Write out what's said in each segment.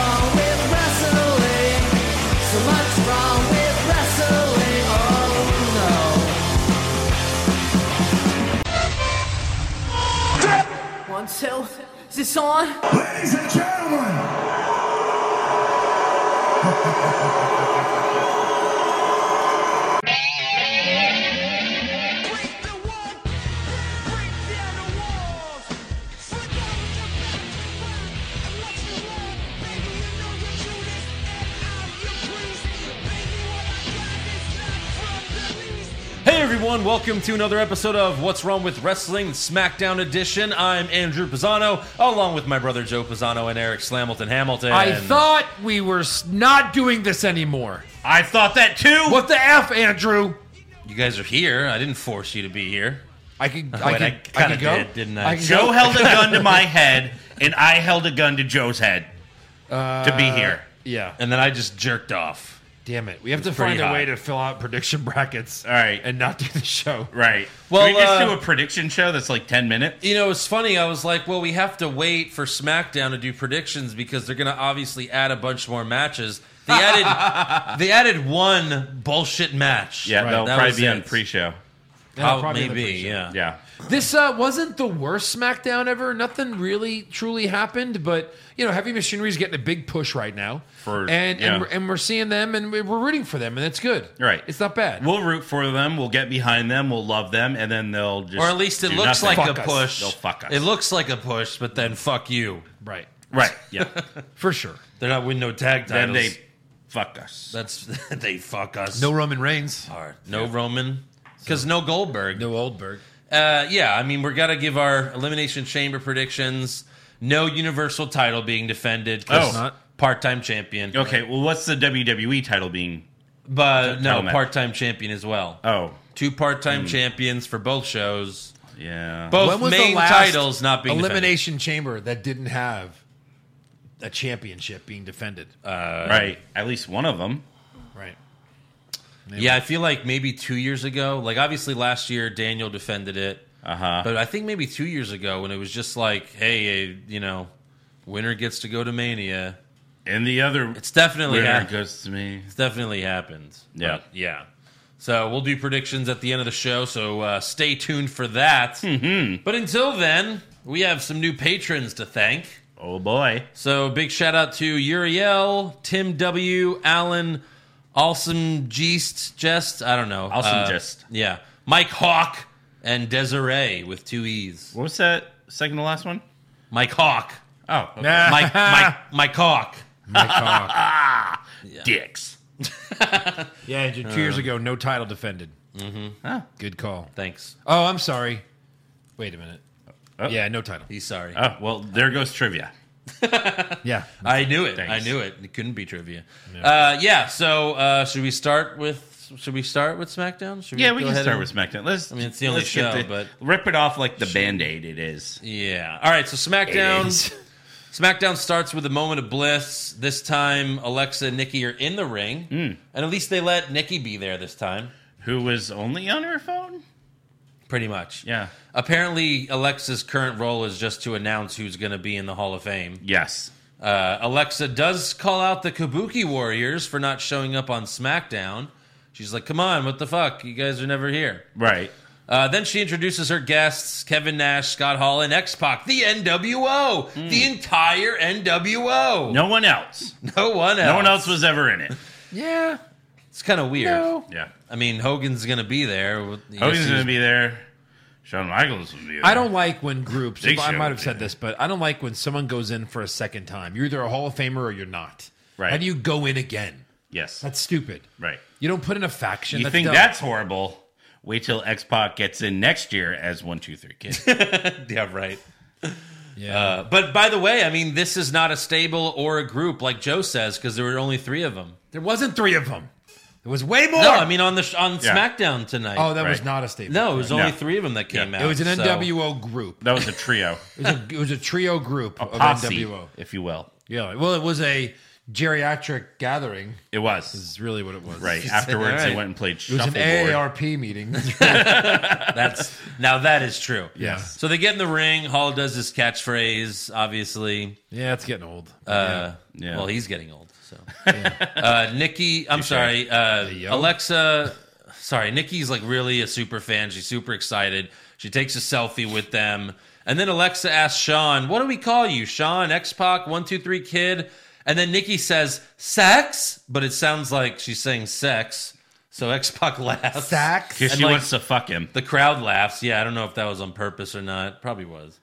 Oh, So, is this on? Ladies and gentlemen. Hey everyone, welcome to another episode of What's Wrong with Wrestling, the SmackDown edition. I'm Andrew Pisano, along with my brother Joe Pisano and Eric Slamilton Hamilton. I thought we were s- not doing this anymore. I thought that too. What the f, Andrew? You guys are here. I didn't force you to be here. I could, Wait, I could, I I kinda could go, did, didn't I? could Joe go. held a gun to my head, and I held a gun to Joe's head to Uh, be here. Yeah, And then I just jerked off. damn it. We have to pretty find a high. way to fill out prediction brackets. All right. and not do the show. Right. Well, Well, Can we just uh, do a prediction show that's like 10 minutes? You know, it's funny. I was like, well, we have to wait for SmackDown to do predictions because they're going to obviously add a bunch more matches. They added they added one bullshit match. Yeah, that'll That probably was be on it. pre show. Prob- That'll probably be the Oh, Maybe, pre-show. yeah. Yeah. This uh, wasn't the worst SmackDown ever. Nothing really truly happened, but you know, Heavy Machinery is getting a big push right now, For- and yeah. and, we're, and we're seeing them, and we- we're rooting for them, and it's good. Right. it's not bad. We'll root for them. We'll get behind them. We'll love them, and then they'll just. Or at least it do looks nothing. like Fuck a us. push. They'll fuck us. It looks like a push, but then fuck you. right, Right. Yeah. for sure. They're not winning no tag then titles. they fuck us. that's they fuck us. No Roman Reigns, hard. No Roman. Because no Goldberg. no Oldberg. Uh, yeah, I mean, we're gonna give our elimination chamber predictions. No universal title being defended. 'cause Oh. Not. part-time champion. Okay. Well, what's the WWE title being? But no, Title match. part-time champion as well. Oh. Two part-time Hmm. champions for both shows. Yeah. Both main titles not being defended. elimination chamber that didn't have a championship being defended? Uh, right. At least one of them. right. Yeah, I feel like maybe two years ago. Like obviously last year Daniel defended it. Uh huh. But I think maybe two years ago when it was just like, hey, eh, you know, winner gets to go to Mania. And the other It's definitely winner happened. goes to me. It's definitely happened. Yeah. But, yeah. So we'll do predictions at the end of the show. So uh, stay tuned for that. Mm-hmm. But until then, we have some new patrons to thank. Oh boy. So big shout out to Uriel, Tim W, Alan, Awesome Geest, Jest. I don't know. uh, Awesome Jest. Yeah. Mike Hawk and Desiree with two E's. What was that second to last one? Mike Hawk. Oh, okay. Mike, Mike, Mike Hawk. dicks. Yeah, and two years ago, no title defended. Mm-hmm. Good call. Thanks. Oh, I'm sorry. Wait a minute. Oh. Yeah, no title. He's sorry. Oh, well, there goes trivia. Yeah. I knew it. Thanks. I knew it. It couldn't be trivia. Uh, yeah. So uh, should we start with? Should we start with SmackDown? Should Yeah, we go can ahead start and- with SmackDown. Let's. I mean, it's the only show, but- rip it off like the band aid it is. Yeah. All right. So SmackDown. SmackDown starts with a moment of bliss. This time, Alexa and Nikki are in the ring, Mm. and at least they let Nikki be there this time. Who was only on her phone? Pretty much. Yeah. Apparently, Alexa's current role is just to announce who's going to be in the Hall of Fame. Yes. Uh, Alexa does call out the Kabuki Warriors for not showing up on SmackDown. She's like, come on, what the fuck? You guys are never here. Right. Uh, then she introduces her guests Kevin Nash, Scott Hall, and X Pac, the NWO, Hmm. the entire NWO. No one else. No one else. No one else was ever in it. Yeah. It's kind of weird. No. Yeah. I mean, Hogan's going to be there. You guess Hogan's he's- going to be there. Shawn Michaels will be there. I don't like when groups, Big I show, might have said yeah. this, but I don't like when someone goes in for a second time. You're either a Hall of Famer or you're not. Right. How do you go in again? Yes. That's stupid. right. You don't put in a faction. You that's think dumb. that's horrible? Wait till X Pac gets in next year as one, two, three kid. Yeah, right. Yeah. Uh, but by the way, I mean, this is not a stable or a group like Joe says because there were only three of them. there wasn't three of them. There was way more. No, I mean, on the sh- on Yeah. SmackDown tonight. oh, that was Right. not a statement. No, it was only No. three of them that came out. It was an so- NWO group. that was a trio, It was a, it was a trio group of posse, NWO. if you will. Yeah. Well, it was a geriatric gathering. It was Is really what it was. right. Afterwards, All right. they went and played It was an shuffleboard. AARP meeting. That's now that is true. Yeah. So they get in the ring. Hall does his catchphrase, obviously. yeah, it's getting old. Uh, Yeah. Well, he's getting old. So uh, Nikki, I'm sorry, uh, yo. Alexa sorry, Nikki's like really a super fan. She's super excited. She takes a selfie with them. And then Alexa asks Sean, what do we call you? Sean, X Pac, 123 Kid. And then Nikki says, sex? But it sounds like she's saying sex. So X Pac laughs. Sax. Because And, she like- wants to fuck him. The crowd laughs. Yeah, I don't know if that was on purpose or not. Probably was.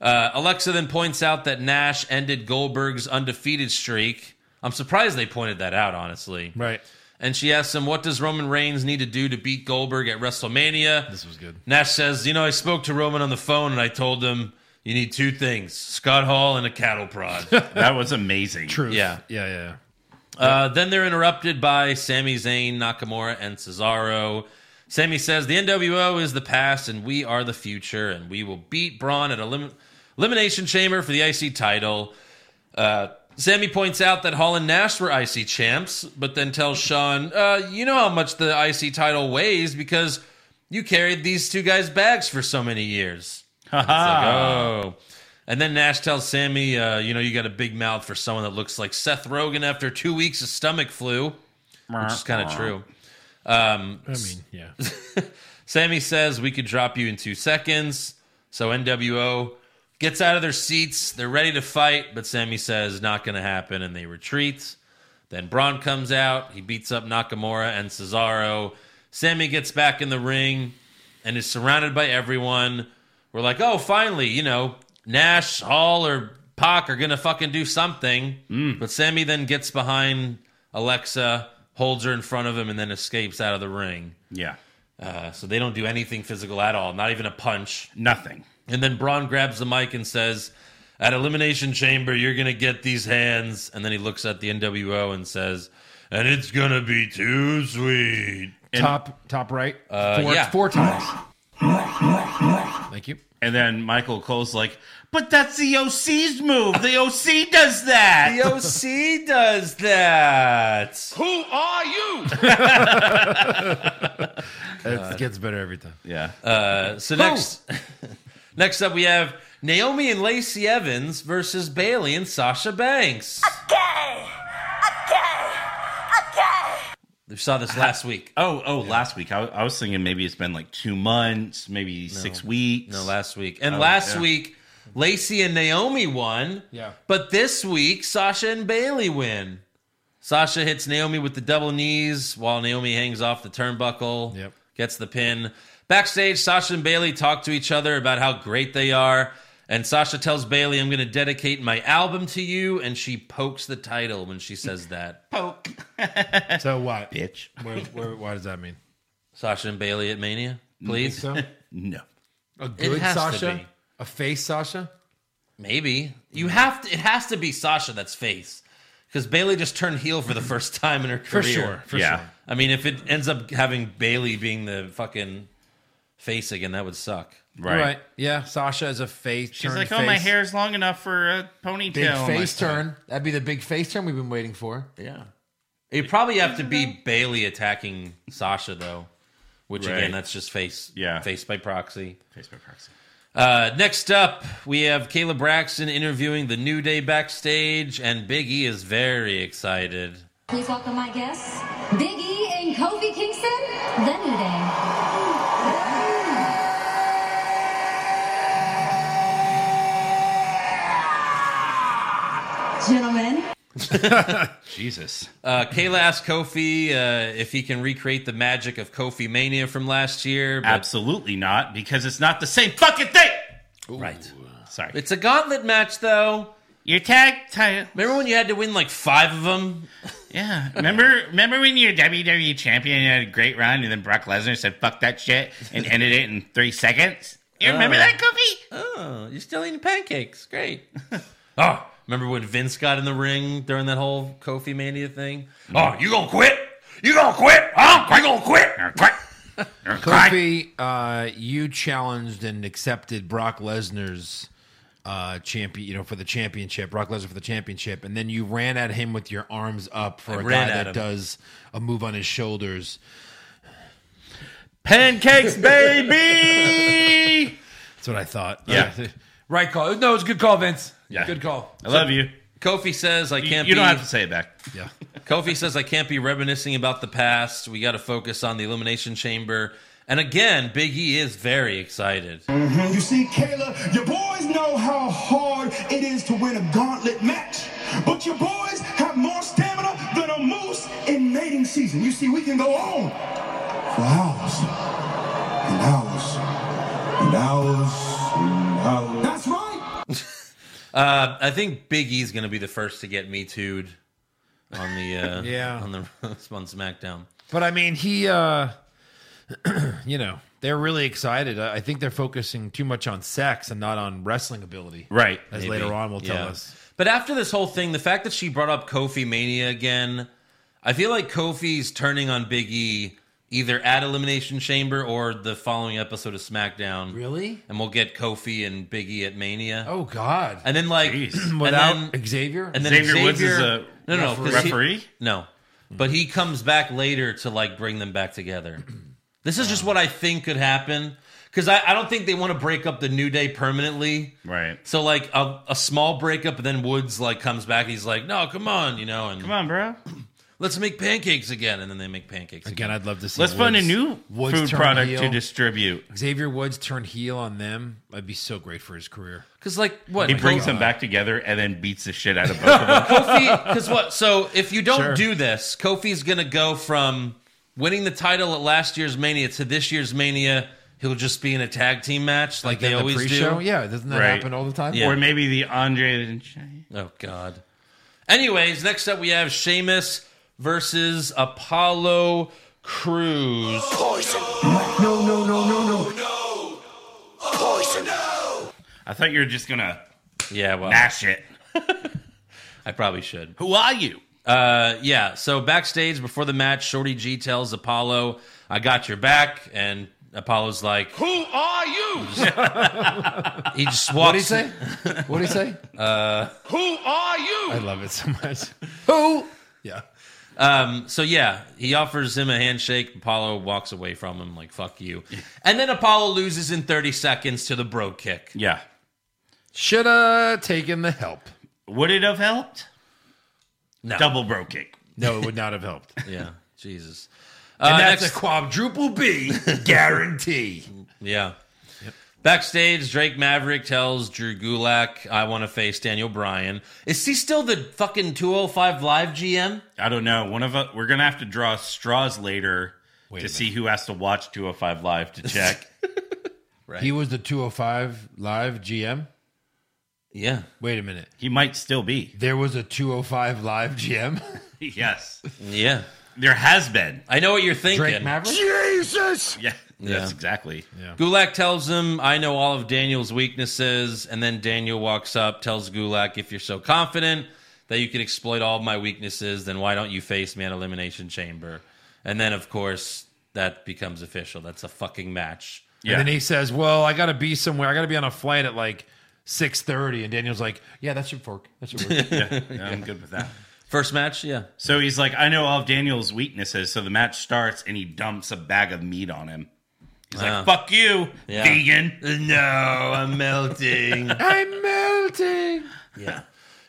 Uh, Alexa then points out that Nash ended Goldberg's undefeated streak. I'm surprised they pointed that out, honestly. Right. And she asks him, What does Roman Reigns need to do to beat Goldberg at WrestleMania? This was good. Nash says, You know, I spoke to Roman on the phone and I told him, You need two things Scott Hall and a cattle prod. That was amazing. True. yeah. Yeah, yeah. Uh, then they're interrupted by Sami Zayn, Nakamura, and Cesaro. Sami says the NWO is the past and we are the future, and we will beat Braun at elim- Elimination Chamber for the IC title. Uh, Sammy points out that Hall and Nash were IC champs, but then tells Sean, uh, "You know how much the IC title weighs because you carried these two guys' bags for so many years." It's like, oh. And then Nash tells Sammy, uh, you know, you got a big mouth for someone that looks like Seth Rogen after two weeks of stomach flu, which is kind of true. I mean, yeah. Sammy says, we could drop you in two seconds. So NWO gets out of their seats. They're ready to fight, but Sammy says, not going to happen, and they retreat. Then Braun comes out. He beats up Nakamura and Cesaro. Sammy gets back in the ring and is surrounded by everyone. We're like, oh, finally, you know, Nash, Hall, or Pac are going to fucking do something. But Sammy then gets behind Alexa, holds her in front of him, and then escapes out of the ring. Yeah. Uh, so they don't do anything physical at all, not even a punch. Nothing. And then Braun grabs the mic and says, At Elimination Chamber, you're going to get these hands. And then he looks at the NWO and says, And it's going to be too sweet. top top right. Uh, four, yeah. four times. Thank you. And then Michael Cole's like, but that's the OC's move. The OC does that. OC does that. Who are you? It gets better every time. yeah. Uh, So next, next up, we have Naomi and Lacey Evans versus Bailey and Sasha Banks. Okay. Okay. Okay. We saw this last week. oh, oh, last week. I, I was thinking maybe it's been like two months, maybe six weeks. No, last week. Oh, And last yeah. week, Lacey and Naomi won. Yeah. But this week, Sasha and Bailey win. Sasha hits Naomi with the double knees while Naomi hangs off the turnbuckle. Yep. Gets the pin. Backstage, Sasha and Bailey talk to each other about how great they are. And Sasha tells Bailey, I'm going to dedicate my album to you. And she pokes the title when she says that. Poke. So what? Bitch. Where, where, why does that mean? Sasha and Bailey at Mania, please. So No. a good has to Sasha, be. a face Sasha. Maybe you have to. It has to be Sasha that's face because Bailey just turned heel for the first time in her career. for yeah. sure. I mean, if it ends up having Bailey being the fucking face again, that would suck. Right. Right. Yeah, Sasha is a face. She's turn like, face. oh, my hair's long enough for a ponytail. Big I'm like, face turn. That'd be the big face turn we've been waiting for. Yeah, it'd probably have to be Bailey attacking Sasha though, which Right. again, that's just face. Yeah. face by proxy. Face by proxy. Uh, next up, we have Kayla Braxton interviewing the New Day backstage, and Big E is very excited. Please welcome my guests, Big E and Kofi Kingston, The New Day. Gentlemen, Jesus. Uh, Kayla asked Kofi uh, if he can recreate the magic of Kofi Mania from last year. But, Absolutely not, because it's not the same fucking thing. Right. Sorry. It's a gauntlet match, though. Your tag title. Remember when you had to win like five of them? Yeah. Remember remember when you were WWE E champion and you had a great run and then Brock Lesnar said fuck that shit and ended it in three seconds? You remember Oh. that, Kofi? Oh, you're still eating pancakes. Great. oh, remember when Vince got in the ring during that whole Kofi Mania thing? Oh, you gonna quit? You gonna quit? Huh? You gonna quit? You're quite- you're quite- Kofi, uh, you challenged and accepted Brock Lesnar's uh, champion, you know, for the championship. Brock Lesnar for the championship, and then you ran at him with your arms up for a ran guy at that him. does a move on his shoulders. Pancakes, baby! That's what I thought. Yeah. right call. No, it's a good call, Vince. Yeah. good call. I love you. Kofi says I can't. you be, don't have to say it back. Yeah. Kofi says I can't be reminiscing about the past. We got to focus on the elimination chamber. And again, Big E is very excited. And you see, Kayla, your boys know how hard it is to win a gauntlet match. But your boys have more stamina than a moose in mating season. You see, we can go on for hours and hours and hours and hours. That's right. Uh, I think Big E's going to be the first to get me too'd on the uh, Yeah. on the on SmackDown. But I mean, he, uh, you know, they're really excited. I I think they're focusing too much on sex and not on wrestling ability. Right. As Maybe. later on will tell Yeah. us. But after this whole thing, the fact that she brought up Kofi Mania again, I feel like Kofi's turning on Big E either at Elimination Chamber or the following episode of SmackDown. Really? And we'll get Kofi and Big E at Mania. Oh God. And then like Jeez. and Without then- Xavier. and then Xavier Woods is a no no 'cause he- referee? no, but he comes back later to like bring them back together. This is just what I think could happen because I, I don't think they want to break up the New Day permanently. Right. So like a, a small breakup, and then Woods like comes back. and He's like, "No, come on, you know, and Come on, bro. let's make pancakes again." And then they make pancakes again. Again, I'd love to see. Let's find a Woods- new Woods food turn product heel. to distribute. Xavier Woods turn heel on them. I'd be so great for his career. Because like what He brings them back together and then beats the shit out of both of them. Kofi, because what? So if you don't Sure. do this, Kofi's gonna go from winning the title at last year's Mania to this year's Mania. He'll just be in a tag team match like, in they the always pre-show? do. yeah, doesn't that Right. happen all the time? Yeah. Or maybe the Andre and Giant. Oh God. Anyways, next up we have Sheamus versus Apollo Cruz. No, no, no, no, no. I thought you were just gonna Yeah, well, mash it. I probably should. Who are you? Uh, yeah. So backstage before the match, Shorty G tells Apollo, "I got your back," and Apollo's like, Who are you? he just What did he walks. say? What did he say? Uh, Who are you? I love it so much. Who? Yeah. Um, so yeah, he offers him a handshake. Apollo walks away from him like "fuck you," and then Apollo loses in 30 seconds to the bro kick. Yeah. Shoulda taken the help. Would it have helped? No. Double bro kick. No, it would not have helped. Yeah, Jesus. and Uh, that's next- a quadruple B guarantee. Yeah. Backstage, Drake Maverick tells Drew Gulak, "I want to face Daniel Bryan." Is he still the fucking 205 Live GM? I don't know. One of us, we're gonna have to draw straws later Wait to a see who has to watch 205 live to check. He was the 205 live GM. Yeah. Wait a minute. he might still be. There was a 205 live GM. Yes, Yeah. there has been. I know what you're thinking. Drake Maverick? Yeah, Yeah. that's exactly. Gulak tells him, I know all of Daniel's weaknesses. And then Daniel walks up, tells Gulak, if you're so confident that you can exploit all of my weaknesses, then why don't you face me at Elimination Chamber? And then, of course, that becomes official. That's a fucking match. Yeah. And then he says, "Well, I got to be somewhere. I got to be on a flight at like 6:30." And Daniel's like, Yeah, that should fork. That should work. Yeah, I'm good with that. First match, yeah. So he's like, I know all of Daniel's weaknesses. So the match starts, and he dumps a bag of meat on him. He's Wow. like, "Fuck you, Yeah. vegan." No, I'm melting. "I'm melting." yeah.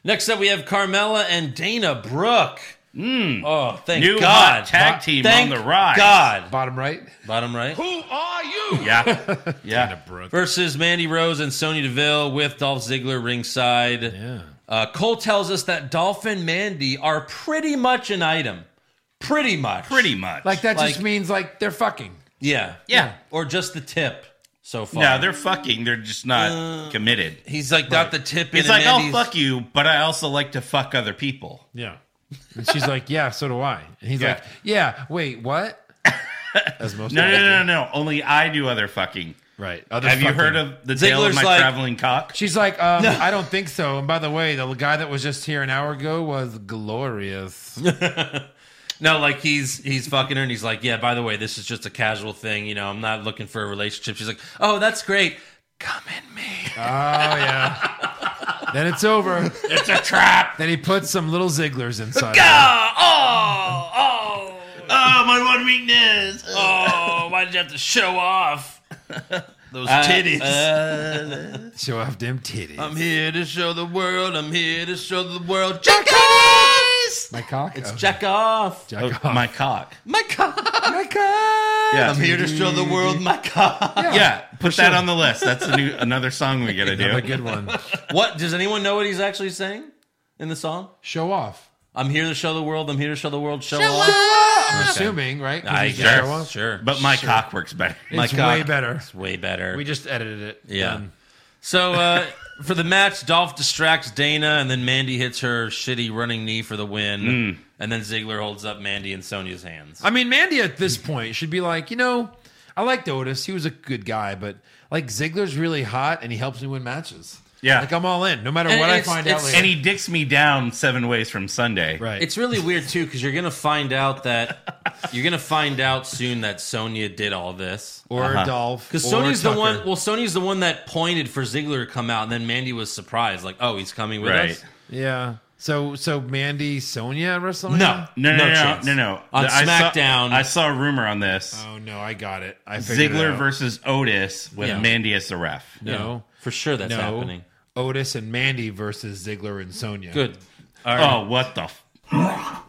Next up, we have Carmella and Dana Brooke. Oh, thank Hmm. New God. hot tag Bo- team thank on the rise. God. Bottom right. Bottom right. Yeah, yeah. Brooke. versus Mandy Rose and Sonya Deville with Dolph Ziggler ringside. Yeah. Uh, Cole tells us that Dolph and Mandy are pretty much an item. Pretty much. Pretty much. Like that Like- just means like they're fucking. Yeah. Yeah. Or just the tip so far. No, they're fucking. They're just not committed. He's like got the tip in It's and like, Mandy's- "I'll fuck you, but I also like to fuck other people." Yeah. And she's like, "Yeah, so do I." And he's Yeah. like, "Yeah, wait, what?" As most No, guys no, do. no, no, no. Only I do other fucking. Right. Other Have you fucking- heard of the tale of Ziggler's my like- traveling cock? She's like, um, "I don't think so." And by the way, the guy that was just here an hour ago was glorious. Oh, No, like he's he's fucking her and he's like, Yeah, by the way, this is just a casual thing, you know, I'm not looking for a relationship. She's like, Oh, that's great. Come in me. Oh yeah. then it's over. It's a trap. Then he puts some little Zigglers inside. of her. Ah, oh, oh, Oh, my one weakness. oh, why did you have to show off? those Uh, titties. uh, Show off them titties. I'm here to show the world. I'm here to show the world. Jack off! My cock. It's Oh, jack off. jack oh, off. my cock. My cock. My cock. Yeah. I'm here to show the world my cock. Yeah, put that on the list. That's a new another song we gotta Another do. good one. What does anyone know what he's actually saying in the song? Show off. I'm here to show the world. I'm here to show the world. Show, off. I'm assuming, right? 'Cause I it's sure, show off. sure. But my cock works better. my it's cock- way better. It's way better. We just edited it. yeah. Done. So uh, for the match, Dolph distracts Dana, and then Mandy hits her shitty running knee for the win. And then Ziggler holds up Mandy and Sonya's hands. I mean, Mandy at this point should be like, you know, I liked Otis. He was a good guy, but like Ziggler's really hot and he helps me win matches. Yeah. Like I'm all in, no matter And what I it's- find out it's- later. And he dicks me down seven ways from Sunday. right. It's really weird too because you're gonna find out that you're gonna find out soon that Sonya did all this. or Dolph. Because or Sony's the Tucker. one. Well, Sony's the one that pointed for Ziggler to come out, and then Mandy was surprised, like, "Oh, he's coming with Right. us." Yeah. So so Mandy Sonya at WrestleMania? No, No no, no, no, chance. no, no. On I saw- SmackDown- I saw a rumor on this. Oh no, I got it. I figured it Ziggler out. versus Otis with Yeah. Mandy as the ref. Yeah, No. for sure that's no. happening. Otis and Mandy versus Ziggler and Sonya. Good. All right. Oh, what the? F- No,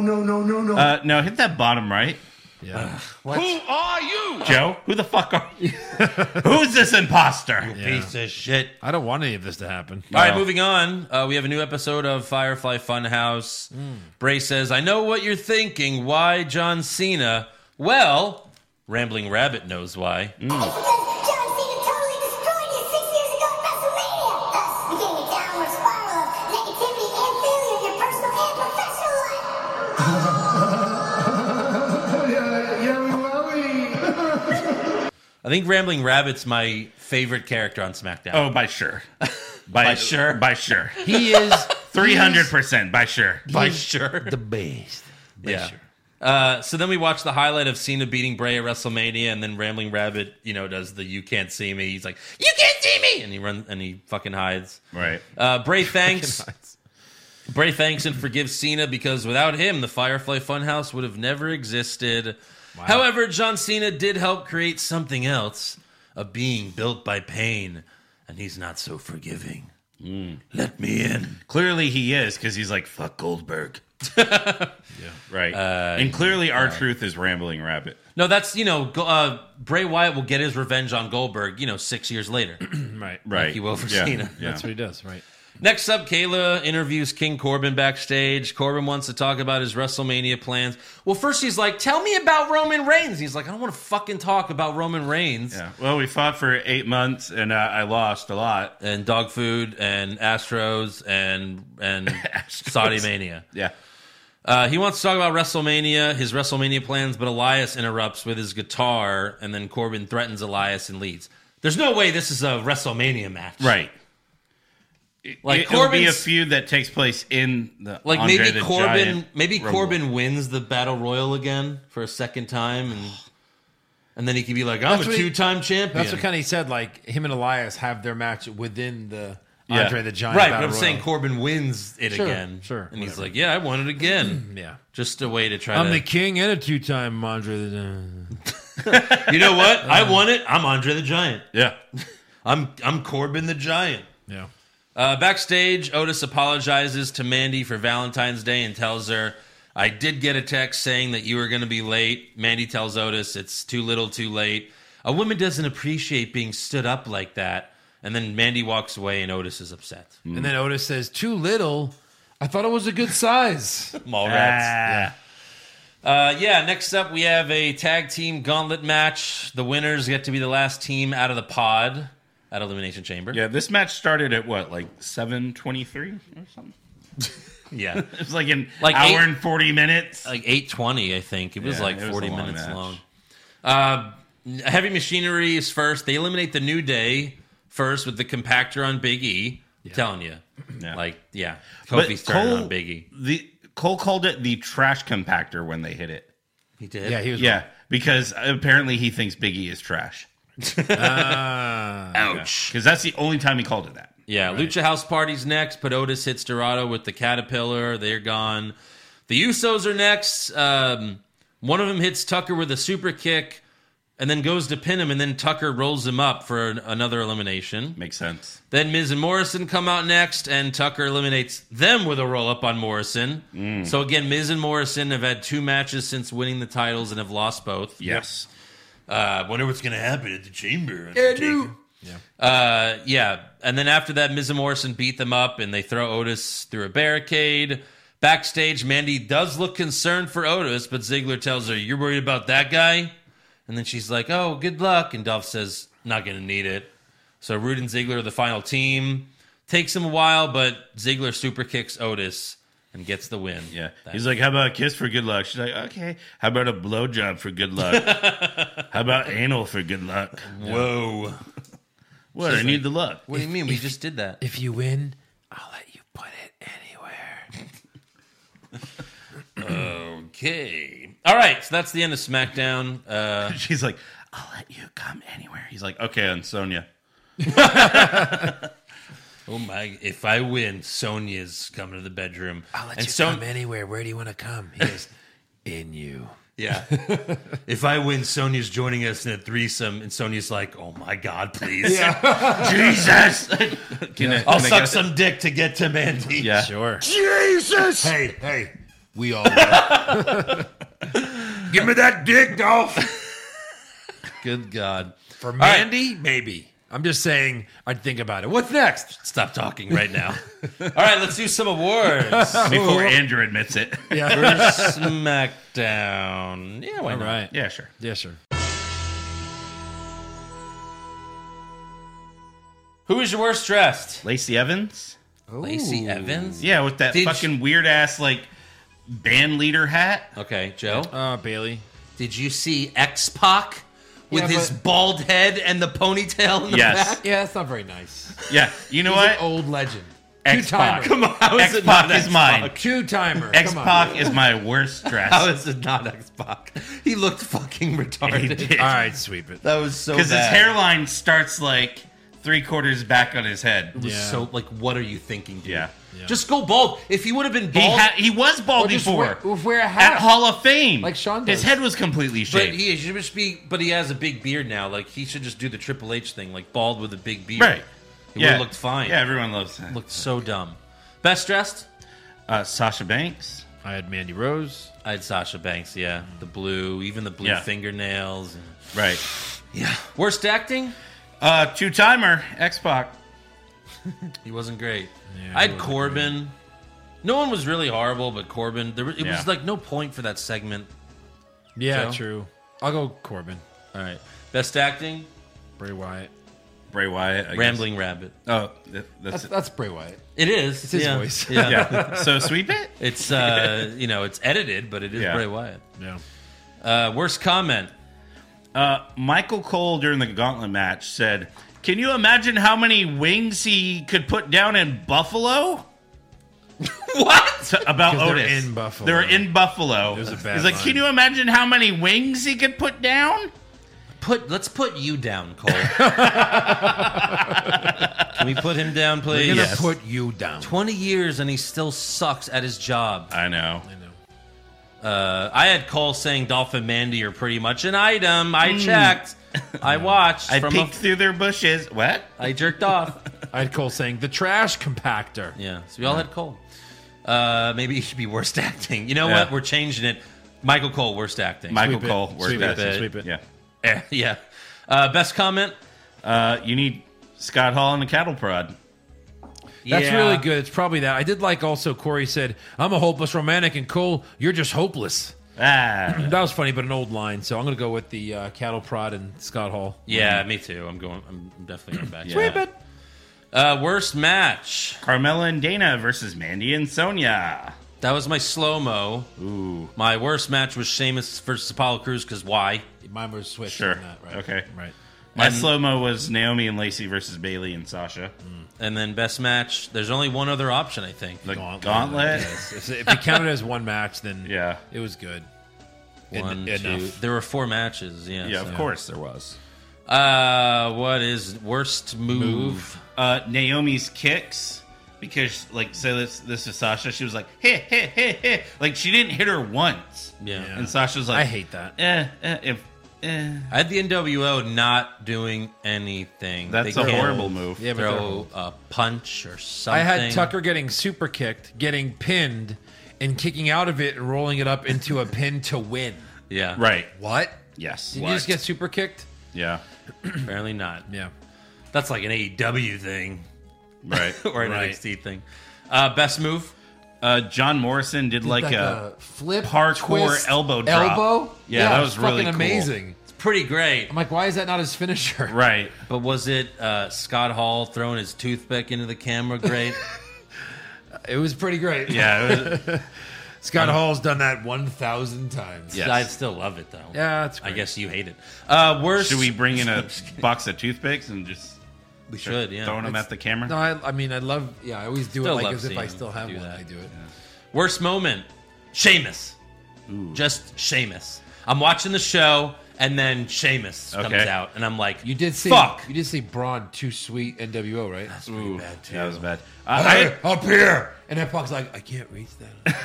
no, no, no, no. uh, no, hit that bottom right. Yeah. Who are you? Joe, who the fuck are you? Who's this imposter? Piece of shit. I don't want any of this to happen. All right, No. moving on. Uh, we have a new episode of Firefly Funhouse. Hmm. Bray says, "I know what you're thinking. Why John Cena? Well, Rambling Rabbit knows why." Hmm. Hmm. John Cena totally destroyed you six years ago at WrestleMania. Thus began a downward spiral of negativity and failure in your personal and professional life. yeah, yeah, we will. I think Rambling Rabbit's my favorite character on SmackDown. Oh, by sure. By, By sure? By sure. He is 300% by sure. by sure. the best. Yeah. Uh, so then we watch the highlight of Cena beating Bray at WrestleMania, and then Rambling Rabbit, you know, does the "You can't see me." He's like, "You can't see me," and he runs and he fucking hides. Right. Uh, Bray thanks. Bray thanks and forgives Cena because without him, the Firefly Funhouse would have never existed. However, John Cena did help create something else, a being built by pain, and he's not so forgiving. Let me in. Clearly he is because he's like, fuck Goldberg. yeah. Right. and clearly our truth is Rambling Rabbit. No, that's you know, Go- uh, Bray Wyatt will get his revenge on Goldberg. You know, six years later. Right. Right. you will for yeah. Cena. Yeah. That's what he does, right? Next up, Kayla interviews King Corbin backstage. Corbin wants to talk about his WrestleMania plans. Well, first he's like, "Tell me about Roman Reigns." He's like, "I don't want to fucking talk about Roman Reigns yeah. Well, we fought for eight months and uh, I lost a lot. and dog food and Astros and and Saudi Mania." Yeah. Uh, he wants to talk about WrestleMania, his WrestleMania plans, but Elias interrupts with his guitar, and then Corbin threatens Elias and leaves. There's no way this is a WrestleMania match, Right. Like it, will be a Corbin's- feud that takes place in the Like Andre maybe the Corbin, Giant maybe Rumble. Corbin wins the battle royal again for a second time, and and then he could be like, "I'm That's a what he- two-time champion." That's what kind of he said. Like him and Elias have their match within the Yeah. Andre the Giant. right, but I'm Battle saying Royal. Corbin wins it Sure, again, sure, and he's whatever. like, "Yeah, I won it again." yeah, Just a way to try I'm to. the king and a two-time Andre the Giant. you know what? I won it. I'm Andre the Giant. Yeah. I'm I'm Corbin the Giant. Yeah, Uh, backstage, Otis apologizes to Mandy for Valentine's Day and tells her, I did get a text saying that you were going to be late. Mandy tells Otis, it's too little, too late. A woman doesn't appreciate being stood up like that. And then Mandy walks away and Otis is upset. and then Otis says, "Too little." I thought it was a good size. Mall rats. Ah. Uh, yeah, next up, we have a tag team gauntlet match. The winners get to be the last team out of the pod at Elimination Chamber. Yeah, this match started at what, like seven twenty-three or something. Yeah. It was like an Like hour eight- and forty minutes. like 820 i think it was Yeah, like it was a 40 long minutes match. long uh, heavy machinery is first they eliminate the new day first with the compactor on big e telling you Yeah. like yeah kofi's turning on big e The Cole called it the trash compactor when they hit it. he did yeah, he was. Yeah, because apparently he thinks Biggie is trash. ouch Because that's the only time he called it that. yeah lucha house party's next Podotis hits dorado with the caterpillar they're gone the usos are next um, one of them hits tucker with a super kick and then goes to pin him, and then Tucker rolls him up for an- another elimination. Makes sense. Then Miz and Morrison come out next, and Tucker eliminates them with a roll up on Morrison. So again, Miz and Morrison have had two matches since winning the titles and have lost both. Yes. I Uh, wonder what's going to happen at the chamber. new. Uh, yeah. And then after that, Miz and Morrison beat them up and they throw Otis through a barricade. Backstage, Mandy does look concerned for Otis, but Ziggler tells her, You're worried about that guy? And then she's like, Oh, good luck. And Dolph says, Not going to need it. So Rude and Ziggler are the final team. Takes him a while, but Ziggler super kicks Otis and gets the win. Yeah. That- He's like, how about a kiss for good luck? She's like, okay. How about a blowjob for good luck? how about anal for good luck? Whoa. What? I need the luck. What do you mean? We just did that. If you win, I'll let you put it anywhere. Okay. All right. So that's the end of SmackDown. Uh, She's like, I'll let you come anywhere. He's like, okay, and Sonia. Oh my! If I win, Sonia's coming to the bedroom. I'll let And you Son- come anywhere. Where do you want to come? He goes, in you. Yeah. if I win, Sonia's joining us in a threesome, and Sonia's like, "Oh my god, please! Jesus. Can I- I'll can I suck get- some dick to get to Mandy." Yeah. Sure. Jesus! Hey, hey. We all know. Give me that dick, Dolph. Good God! For right. Mandy, maybe. I'm just saying, I'd think about it. What's next? Stop talking right now. All right, let's do some awards. Before Andrew admits it. Yeah. SmackDown. Yeah. Why all not? right. Yeah, sure. Yeah, sure. Who is your worst dressed? Lacey Evans? Lacey Evans. Yeah, with that Did fucking weird ass, like, band leader hat. Okay, Joe. Uh, Bailey. Did you see X Pac with Yeah, his but- bald head and the ponytail in the Yes. back? Yeah, that's not very nice. Yeah. You know what? Old legend. Two X-Pac. timer. Come on. How is it X-Pac not is mine. X-Pac? Two timer. X Come on. Pac is my worst dress. How is it not X Pac? He looked fucking He retarded. did. All right, sweep it. That was so bad. Because his hairline starts like three quarters back on his head. was Yeah. so like, what are you thinking, dude? Yeah. Just go bald. If he would have been He, bald, ha- he was bald Or just before. wear- wear a hat. At Hall of Fame. Like Sean His does. head was completely but shaved. he should just be. But he has a big beard now. Like he should just do the Triple H thing, like bald with a big beard. right. He would have looked fine. Yeah, everyone loves that. Looked so dumb. Best dressed. Uh, Sasha Banks. I had Mandy Rose. I had Sasha Banks. Yeah, the blue, even the blue Yeah. fingernails. and- Right. Yeah. Worst acting. Uh, Two timer, X Pac. He wasn't great. Yeah, I he had wasn't Corbin. No one was really horrible, but Corbin. There was, it Yeah. was like no point for that segment. Yeah, Joe? true. I'll go Corbin. All right. Best acting. Bray Wyatt. Bray Wyatt. I guess. Rambling Rabbit. Oh, that, that's That's, it. that's Bray Wyatt. It is. his yeah. voice. Yeah. yeah. So sweep it. It's uh, you know, it's edited, but it is Yeah. Bray Wyatt. Yeah. Uh, worst comment. Uh, Michael Cole during the gauntlet match said, Can you imagine how many wings he could put down in Buffalo? What? T- about 'Cause Otis. they're in Buffalo. They were in Buffalo. was a bad He's like, line. Can you imagine how many wings he could put down? Put let's put you down, Cole. Can we put him down, We're please? gonna Yes. put you down. Twenty years and he still sucks at his job. I know. I know. Uh, I had Cole saying Dolph and Mandy are pretty much an item. Hmm. I checked. I watched. I from peeked a- through their bushes. What? I jerked off. I had Cole saying the trash compactor. Yeah. So we all had Cole. Uh, maybe it should be worst acting. You know Yeah. what? We're changing it. Michael Cole, worst acting. Michael Sweep it. Cole. worked Sweep that. it. Sweep it. Yeah. Eh, yeah. Uh, best comment. Uh, you need Scott Hall and a cattle prod. That's Yeah. really good. It's probably that. I did like also Corey said, I'm a hopeless romantic, and Cole, you're just hopeless. Ah. That was funny, but an old line. So I'm going to go with the uh, cattle prod and Scott Hall. Yeah, me too. I'm going. I'm definitely going back. Sweep it. Uh, worst match. Carmella and Dana versus Mandy and Sonia. That was my slow mo. Ooh. My worst match was Sheamus versus Apollo Cruz because why? Mine was switched. Sure. on that, right? Okay. Right. My And- slow mo was Naomi and Lacey versus Bailey and Sasha. Mm, And then best match. There's only one other option, I think. The gauntlet. Yes. If, if you count it as one match, then Yeah. it was good. En- One, two. enough. There were four matches. Yeah. Yeah, of so- course there was. Uh, what is worst move? uh, Naomi's kicks because, like, say this this is Sasha. She was like, "Hey, hey, hey, hey!" Like she didn't hit her once. Yeah. And Sasha's like, I hate that. Eh, eh. If I had the NWO not doing anything. That's They a can't horrible move. Yeah, but they're Throw a punch or something. I had Tucker getting super kicked, getting pinned, and kicking out of it and rolling it up into a pin to win. Yeah, Right. What? Yes. Did you just get super kicked? Yeah. Apparently not. Yeah. That's like an AEW thing Right. or an right. NXT thing. Uh, best move. Uh, John Morrison did, like, a, flip parkour twist, elbow drop. Elbow? Yeah, that was fucking really cool. amazing. It's pretty great. I'm like, why is that not his finisher? right. But was it uh, Scott Hall throwing his toothpick into the camera? Great. It was pretty great. Yeah. It was, Scott Hall's done that 1,000 times. Yes. I still love it though. Yeah, that's great. I guess you hate it. Uh, worst. should we bring in a box of toothpicks and just We should. Yeah. throwing them at the camera? No, I, I mean, I love, yeah, I always do Still it like love as if I seeing still have do one. that. I do it. Worst moment, Seamus. Just Seamus. I'm watching the show, and then Seamus comes Okay. out, and I'm like, You did see, fuck." you did see Braun, too sweet, NWO, right? Ooh, bad, too. that was bad. Uh, Hey, I, up here. And Epoc's like, I can't reach that.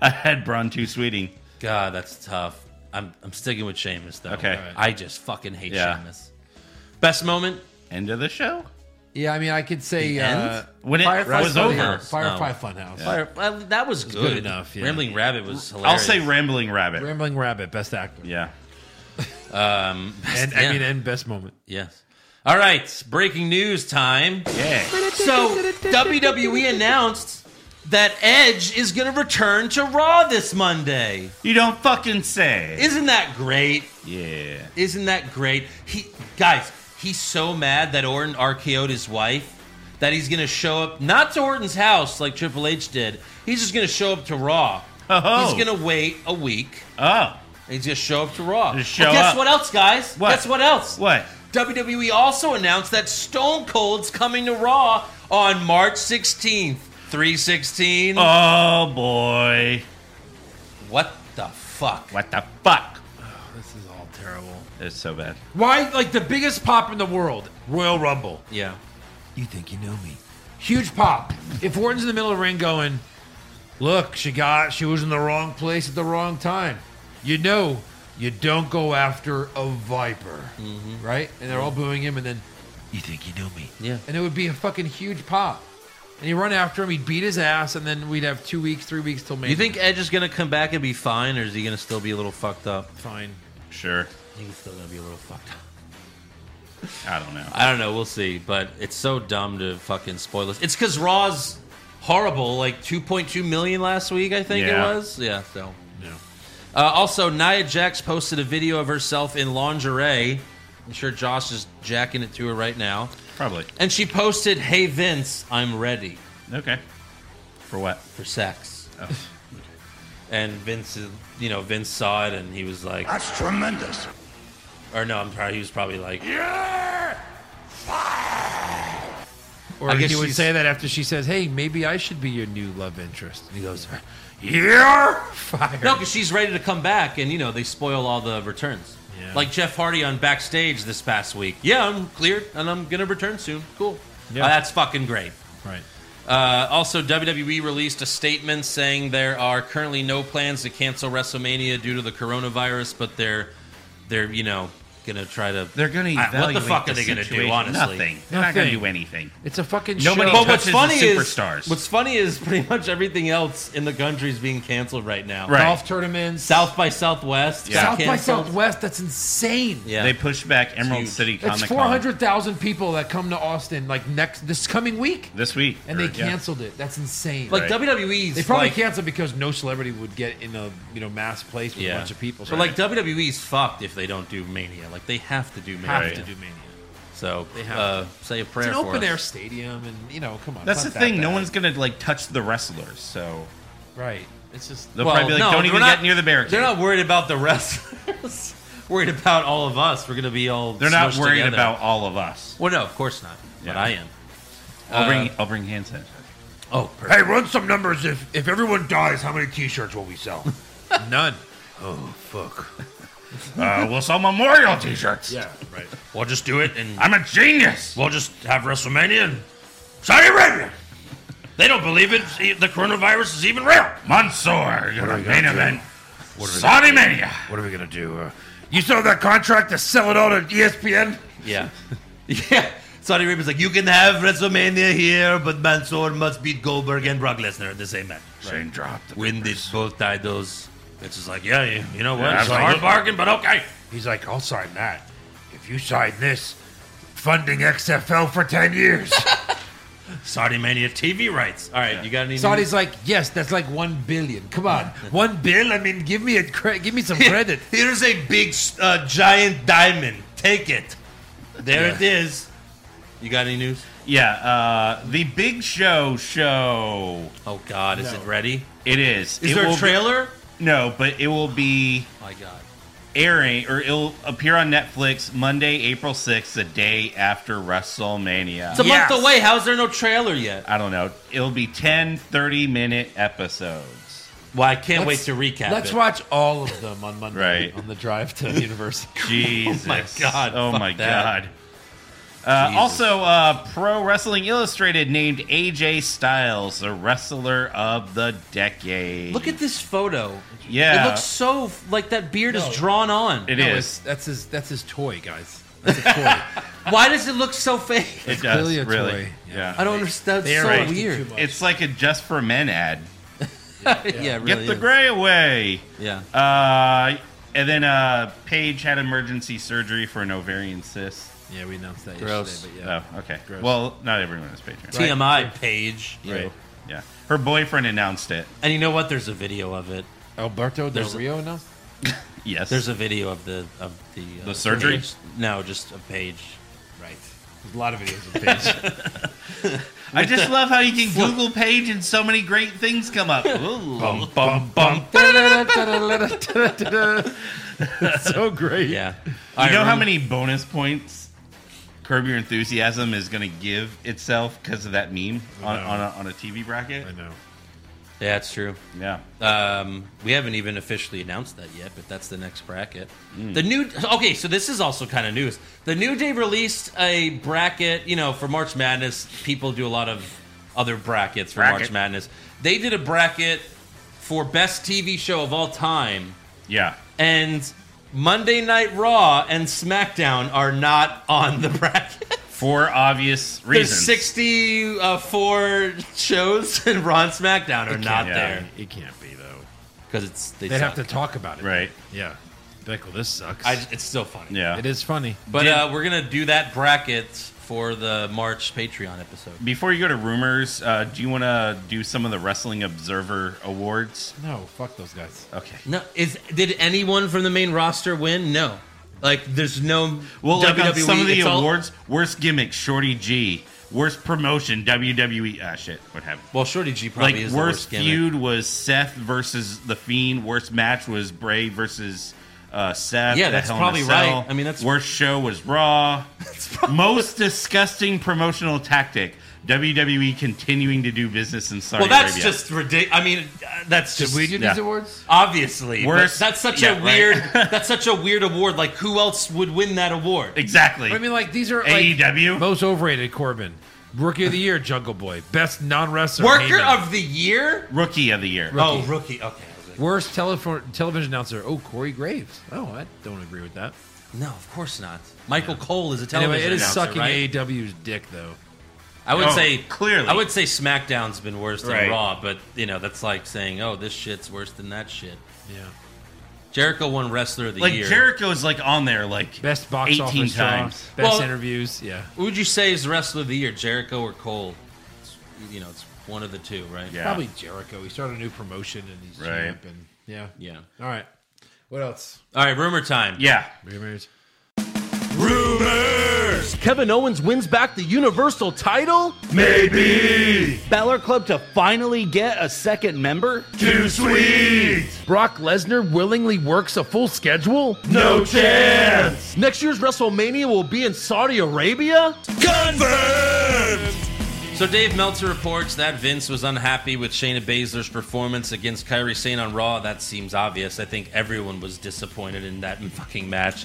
I had Braun too sweeting. God, that's tough. I'm I'm sticking with Seamus though. Okay. Alright. I just fucking hate Yeah. Seamus. Best moment, End of the show. yeah, I mean, I could say The uh, end? When it Firefly was Funhouse. over. Firefly Funhouse, Fire- well, that was good. enough, yeah. Rambling Rabbit was I'll hilarious. say Rambling Rabbit. Rambling Rabbit, best actor, yeah. and Yeah. I mean, and best moment. yes. All right, breaking news time. Yeah. So WWE announced that Edge is going to return to Raw this Monday. You don't fucking say. Isn't that great? yeah. Isn't that great? He guys, he's so mad that Orton RKO'd his wife that he's gonna show up not to Orton's house like Triple H did. He's just gonna show up to Raw. Oh. He's gonna wait a week. Oh. and He's gonna show up to Raw. Just show But guess up. what else, guys? What? Guess what else? What? WWE also announced that Stone Cold's coming to Raw on March 16th. 316. Oh boy. What the fuck? What the fuck? This is all terrible. It's so bad. Why, like the biggest pop in the world, Royal Rumble? Yeah. You think you know me? Huge pop. If Orton's in the middle of the ring going, look, she got, she was in the wrong place at the wrong time. You know, you don't go after a viper, right? And they're all booing him, and then you think you know me? Mm-hmm. Yeah. and it would be a fucking huge pop. And you run after him, he'd beat his ass, and then we'd have two weeks, three weeks till May. You think Edge is gonna come back and be fine, or is he gonna still be a little fucked up? fine? Sure. I think it's still gonna be a little fucked up. I don't know. I don't know. We'll see. But it's so dumb to fucking spoil this. It's because Raw's horrible. Like 2.2 million last week, I think Yeah. it was. Yeah. So. Yeah. Uh, also, Nia Jax posted a video of herself in lingerie. I'm sure Josh is jacking it to her right now. Probably. And she posted, "Hey Vince, I'm ready Okay. For what? for sex." Oh. And Vince, is- you know, Vince saw it and he was like, That's tremendous. or no, I'm probably he was probably like, Or I guess he would she's- say that after she says, "Hey, maybe I should be your new love interest." And he goes, Yeah. "Fire." No, because she's ready to come back, and you know they spoil all the returns. Yeah. Like Jeff Hardy on backstage this past week. Yeah, I'm cleared, and I'm gonna return soon. Cool. Yeah. Uh, that's fucking great. Right. Uh, also, WWE released a statement saying there are currently no plans to cancel WrestleMania due to the coronavirus, but they're they're you know gonna try to. They're gonna Uh, What evaluate the fuck are they going to gonna do? Honestly, nothing. They're not going to Nothing. do anything. It's a fucking Nobody show. But what's Touches the funny is superstars. what's funny is pretty much everything else in the country is being canceled right now. Right. golf tournaments. South by Southwest. Yeah. got South by canceled. Southwest. That's insane. Yeah. They pushed back Emerald huge. City It's Comic four Con hundred thousand people that come to Austin like next this coming week, this week, and or- they yeah. canceled it. That's insane. Like Right. WWE's, they probably like, canceled because no celebrity would get in a you know mass place with Yeah. a bunch of people. So But like WWE's fucked if they don't do Mania. Like they have to do Mania. have Right. to do Mania. So They have uh, say a prayer it's an for open us. air stadium, and you know, come on. That's the it's not thing. that No bad. one's going to like touch the wrestlers, so right. It's just they'll Well, probably be like, no, "Don't they're even not- get near the barricade." They're not worried about the wrestlers. worried about all of us. We're gonna be all. They're not smushed worried together. about all of us. Well, no, of course not. But Yeah. I am. Uh, I'll bring. I'll bring hand sanitizer. Oh, perfect. Hey, run some numbers. If if everyone dies, how many T-shirts will we sell? none. Uh, we'll sell memorial T-shirts. Yeah, right. we'll just do it, and I'm a genius. we'll just have WrestleMania in Saudi Arabia. They don't believe it. See, The coronavirus is even real. Mansoor, What you're do a we main got, event. What are we Saudi Mania. What are we gonna do? Uh, You saw that contract to sell it all to ESPN? Yeah. yeah. Saudi Arabia's like, you can have WrestleMania here, but Mansoor must beat Goldberg and Brock Lesnar in the same match. Shane dropped it. Win these both titles. It's just like, yeah, you, you know what? Yeah, it's a like hard it. bargain, but okay. He's like, I'll sign that. If you sign this, funding XFL for 10 years. Saudi Mania TV rights. All right, you got any? Saudi's like, yes, that's like 1 billion. Come on. 1 bill? I mean, give me a cre- give me some credit. Here's a big, uh, giant diamond. Take it. There it is. You got any news? Yeah, uh, the Big Show show. Oh God, is it ready? It is. Is It there will a be- trailer? no, but it will be My God. airing or it'll appear on Netflix Monday, April sixth, the day after WrestleMania. It's a Yes. month away. How is there no trailer yet? I don't know. It'll be 10 30 minute episodes. Well, I can't Let's- wait to recap. Let's it. watch all of them on Monday Right. on the drive to university. Jesus. my God, Oh fuck my that. God. Uh, Jesus. also, uh, Pro Wrestling Illustrated named AJ Styles the Wrestler of the Decade. Look at this photo. Yeah. It looks so like that beard No. is drawn on. It No, is. it's- That's his. That's his toy, guys. That's a toy. Why does it look so fake? It does. clearly a really. toy. Yeah. I don't understand. They It's so arranged it weird. too much. It's like a just for men ad. yeah, it really. Get the is. gray away. Yeah. Uh, and then uh, Paige had emergency surgery for an ovarian cyst. yeah, we announced that Gross. yesterday, but yeah. Oh, okay. Gross. Well, not everyone is Paige. Right? TMI page. you know. Right. Yeah. Her boyfriend announced it. And you know what? There's a video of it. Alberto Del There's a- Rio announced. Yes. There's a video of the of the uh, The surgery? page. No, just a page. Right. There's a lot of videos of Paige. I just love how you can Google Page and so many great things come up. Ooh. bum bum bum. so great. Yeah. You know how many bonus points Curb Your Enthusiasm is going to give itself because of that meme on, I know. on, a, on a TV bracket? Oh, I know. Yeah, that's true. Yeah. Um, we haven't even officially announced that yet, but that's the next bracket. Hmm. The new okay, so this is also kind of news. The New Day released a bracket, you know, for March Madness. People do a lot of other brackets for Bracket. March Madness. They did a bracket for best TV show of all time, Yeah. and Monday Night Raw and SmackDown are not on the bracket. For obvious There's reasons. 64 shows, and Raw and SmackDown are not yeah. there It can't be though. because it's they They'd have suck. to talk about it. Right. Yeah. Like, well, this sucks. I, it's still funny. Yeah. it is funny. But Did- uh, we're gonna do that bracket for the March Patreon episode. Before you go to rumors, uh, do you want to do some of the Wrestling Observer awards? No, fuck those guys. Okay. No, is did anyone from the main roster win? No, like there's no Well, like on WWE, some of the E, it's all- awards, worst gimmick, Shorty G. Worst promotion, WWE. Ah, shit. What happened? well, Shorty G probably Like is worst, the worst gimmick. feud was Seth versus the Fiend. Worst match was Bray versus uh, Seth. Yeah, at that's Hell in a probably Cell. right. I mean, that's- worst show was Raw. Most disgusting promotional tactic: WWE continuing to do business in Saudi Well, that's Arabia. just ridiculous. I mean, uh, that's Did just we do yeah. these awards? obviously. but Worst- That's such yeah, a right. weird. that's such a weird award. Like, who else would win that award? exactly. E I mean, like these are AEW? like, most overrated. Corbin, rookie of the year, Jungle Boy, best non wrestler, Worker of the year? Rookie of the year. Oh, rookie. Okay. worst telephone television announcer. Oh, Corey Graves. Oh, I don't agree with that. No, of course not. Michael Cole is a television Anyway, it is announcer, sucking right? AEW's dick though. I would Oh, say clearly. I would say SmackDown's been worse than Right. Raw, but you know that's like saying, "Oh, this shit's worse than that shit." Yeah, Jericho won Wrestler of the Like Year. Jericho's like on there like best box 18 office draw, times. best Well- interviews. Yeah, Who would you say is Wrestler of the Year, Jericho or Cole? It's, you know, it's one of the two, right? Yeah. probably Jericho. He started a new promotion and he's Right. champ. And yeah, Yeah. All right, what else? All right, rumor time. Yeah. Rumors. Kevin Owens wins back the Universal title? Maybe Balor Club to finally get a second member? too sweet. Brock Lesnar willingly works a full schedule? No chance. Next year's WrestleMania will be in Saudi Arabia? So Dave Meltzer reports that Vince was unhappy with Shayna Baszler's performance against Kyrie Sane on Raw. That seems obvious. I think everyone was disappointed in that fucking match.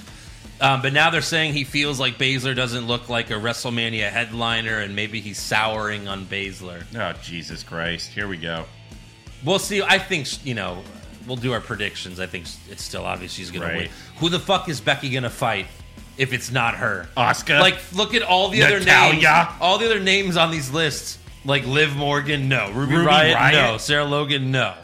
Um, but now they're saying he feels like Baszler doesn't look like a WrestleMania headliner, and maybe he's souring on Baszler. Oh Jesus Christ! Here we go. We'll see. I think you know we'll do our predictions. I think it's still obvious she's gonna Right. win. Who the fuck is Becky gonna fight if it's not her? Asuka? Like, look at all the other names. Natalya? All the other names on these lists. Like Liv Morgan, no. Ruby, Ruby Riot, Riott? no. Sarah Logan, no.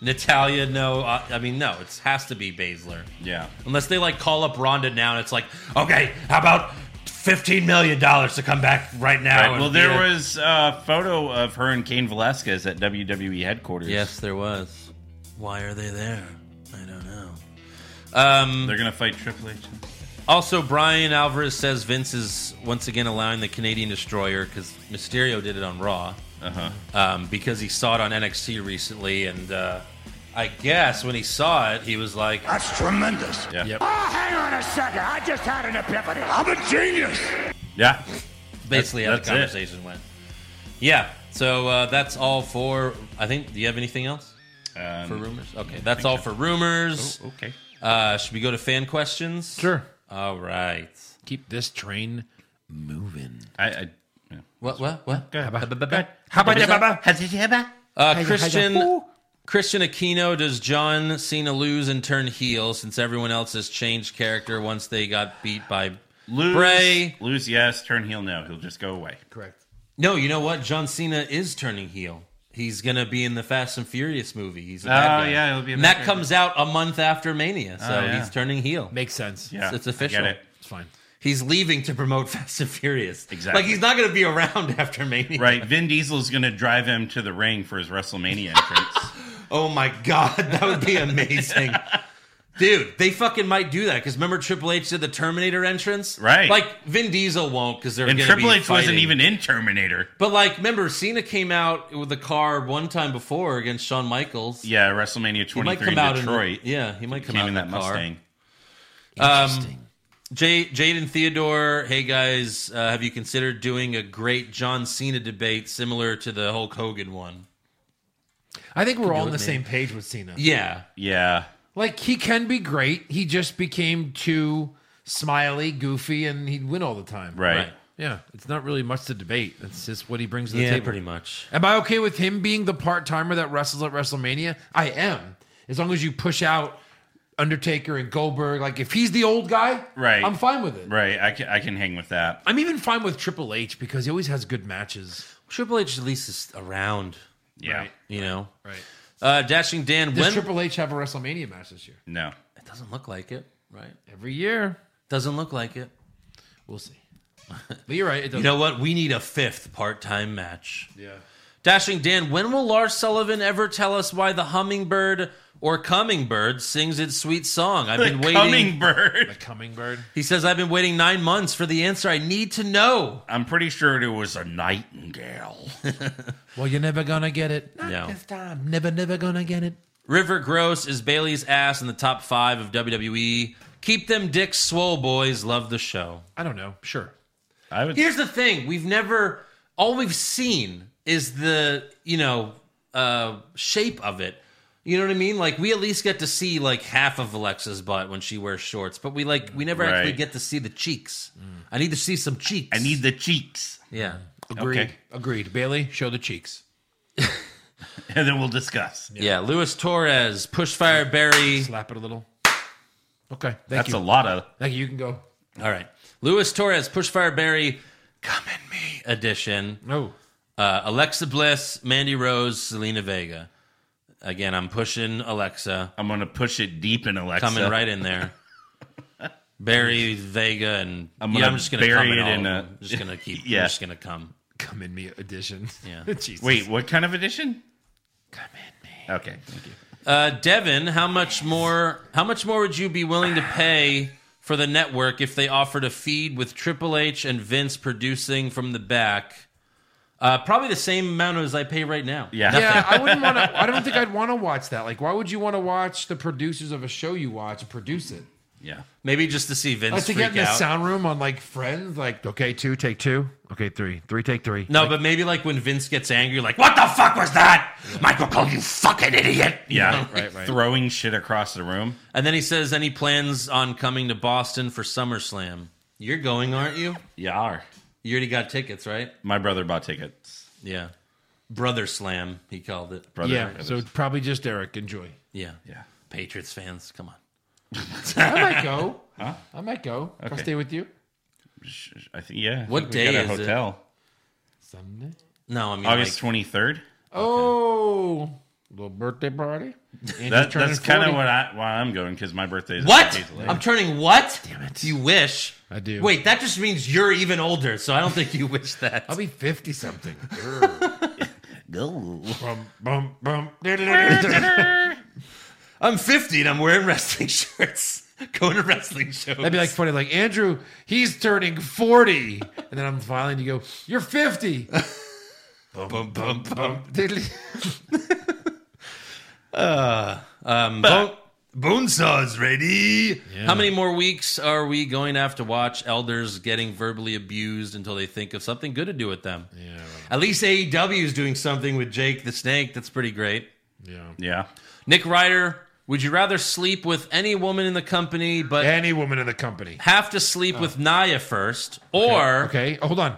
Natalia, no. Uh, I mean, no. It has to be Baszler. Yeah. Unless they like call up Ronda now and it's like, okay, how about fifteen million dollars to come back right now? Right, and Well, be there a- was a photo of her and Kane Velasquez at WWE headquarters. Yes, there was. Why are they there? I don't know. Um, They're going to fight Triple H. also, Brian Alvarez says Vince is once again allowing the Canadian Destroyer because Mysterio did it on Raw Uh-huh. um, because he saw it on NXT recently, and uh, I guess when he saw it, he was like, Ah, That's tremendous. Yeah. Yep. Oh, hang on a second. I just had an epiphany. I'm a genius. Yeah. basically how the That's- that's it. conversation went. Yeah. So uh, that's all for. I think. Do you have anything else Um, for rumors? Okay, that's all for rumors. okay. Uh, should we go to fan questions? Sure. All right. Keep this train moving. I, I yeah. What? What? What? Go ahead, Baba. Ba- ba- ba- How about that, Baba? Has it ever? Uh, Christian Christian Aquino, does John Cena lose and turn heel since everyone else has changed character once they got beat by Lose, Bray? lose, yes. Turn heel, no. He'll just go away. Correct. No, you know what? John Cena is turning heel. He's gonna be in the Fast and Furious movie. He's a bad Oh, guy. yeah, he'll be a and bad that guy. comes out a month after Mania, so Oh, yeah. he's turning heel. Makes sense. Yeah, It's I official. Get It's fine. He's leaving to promote Fast and Furious. Exactly. Like he's not gonna be around after Mania. it. Right. Vin Diesel's going to drive him to the ring for his WrestleMania entrance. Oh my god, that would be amazing. Dude, they fucking might do that because remember Triple H did the Terminator entrance, Right. Like Vin Diesel won't because they're and gonna Triple be H wasn't fighting. even in Terminator. But like, remember Cena came out with the car one time before against Shawn Michaels. Yeah, WrestleMania he might 23 come in out Detroit. In, yeah, he might come Came out in that the car. Mustang. Interesting. Jay, Jaden Theodore, hey guys, uh, have you considered doing a great John Cena debate similar to the Hulk Hogan one? I think we're all on with the me. same page with Cena. Yeah, Yeah. Like he can be great. He just became too smiley, goofy, and he'd win all the time. Right. Right. Yeah. It's not really much to debate. It's just what he brings to the table. much. Am I okay with him being the part timer that wrestles at WrestleMania? I am. As long as you push out Undertaker and Goldberg, like if he's the old guy, Right. I'm fine with it. Right. I can, I can hang with that. I'm even fine with Triple H because he always has good matches. Triple H at least is around, Yeah. Right. you know. Right. Uh, Dashing Dan, Does when Triple H have a WrestleMania match this year? No. it doesn't look like it, right? Every year. Doesn't look like it. We'll see. But you're right. It You doesn't. know what? We need a fifth part-time match. yeah. Dashing Dan, when will Lars Sullivan ever tell us why the hummingbird or commingbird sings its sweet song? I've been The waiting. coming bird. Cummingbird. He says I've been waiting nine months for the answer. I need to know. I'm pretty sure it was a nightingale. Well, you're never gonna get it. Not No. this time. Never, never gonna get it. River Gross is Bailey's ass in the top five of WWE. Keep them dicks swole, boys. Love the show. I don't know. Sure. I would. Here's the thing: we've never, all we've seen is the you know uh, shape of it. You know what I mean? Like we at least get to see like half of Alexa's butt when she wears shorts, but we like we never actually Right. get to see the cheeks. I need to see some cheeks. I need the cheeks, yeah. Agreed. Okay. Agreed. Bailey, show the cheeks. and then we'll discuss. Yeah, Luis Torres, Pushfire Barry. Slap it a little. Okay. Thank That's you. a lot of. Thank you. You can go. All right, Luis Torres, Pushfire Barry, come in me edition. No. Uh, Alexa Bliss, Mandy Rose, Selena Vega. Again, I'm pushing Alexa. I'm gonna push it deep in Alexa. coming right in there. Bury Vega and I'm I'm, gonna yeah, I'm just gonna bury come it all in of a- them. I'm just gonna keep. Yeah. I'm just gonna come. Come in me edition. Yeah. Jesus. Wait, what kind of edition? Come in me. Okay, thank you. Uh, Devin, how much more? How much more would you be willing to pay for the network if they offered a feed with Triple H and Vince producing from the back? Uh, probably the same amount as I pay right now. Yeah. Yeah, I wouldn't want to. I don't think I'd want to watch that. Like, why would you want to watch the producers of a show you watch produce it? Yeah, Maybe just to see Vince Like to freak get in the out. sound room on like Friends, like okay, two take two, okay, three, three take three. no, but maybe like when Vince gets angry, like what the fuck was that? Michael Cole, you fucking idiot. yeah. Right, right. Throwing shit across the room. And then he says, any plans on coming to Boston for SummerSlam? You're going, aren't you? Yeah, are. You already got tickets, right? my brother bought tickets. Yeah. Brother Slam, he called it. Brother, yeah, brothers. so probably just Eric. Enjoy. Yeah. Yeah. Patriots fans, come on. I might go. I might go. Can I Okay. stay with you? Sh- sh- I think yeah. I What think we got day a is it? hotel? Sunday. No, I mean August like, twenty third. Oh, little birthday party. Andrew's That, turning that's kind 40. of what I why I'm going because my birthday is a few What? days later. I'm turning what? Damn it. You wish. I do. Wait, that just means you're even older, so I don't think you wish that. I'll be fifty something. Grr. Go. bum, bum, bum. I'm 50 and I'm wearing wrestling shirts, going to wrestling shows. That'd be like funny. Like Andrew, he's turning forty, and then I'm filing to go. You're fifty. Bum, bum, bum. Boonsaw's ready. How many more weeks are we going to have to watch elders getting verbally abused until they think of something good to do with them? yeah, right. At least AEW is doing something with Jake the Snake. That's pretty great. yeah. Yeah. Nick Ryder, would you rather sleep with any woman in the company but Any woman in the company. have to sleep with Naya first, or okay. Oh, hold on.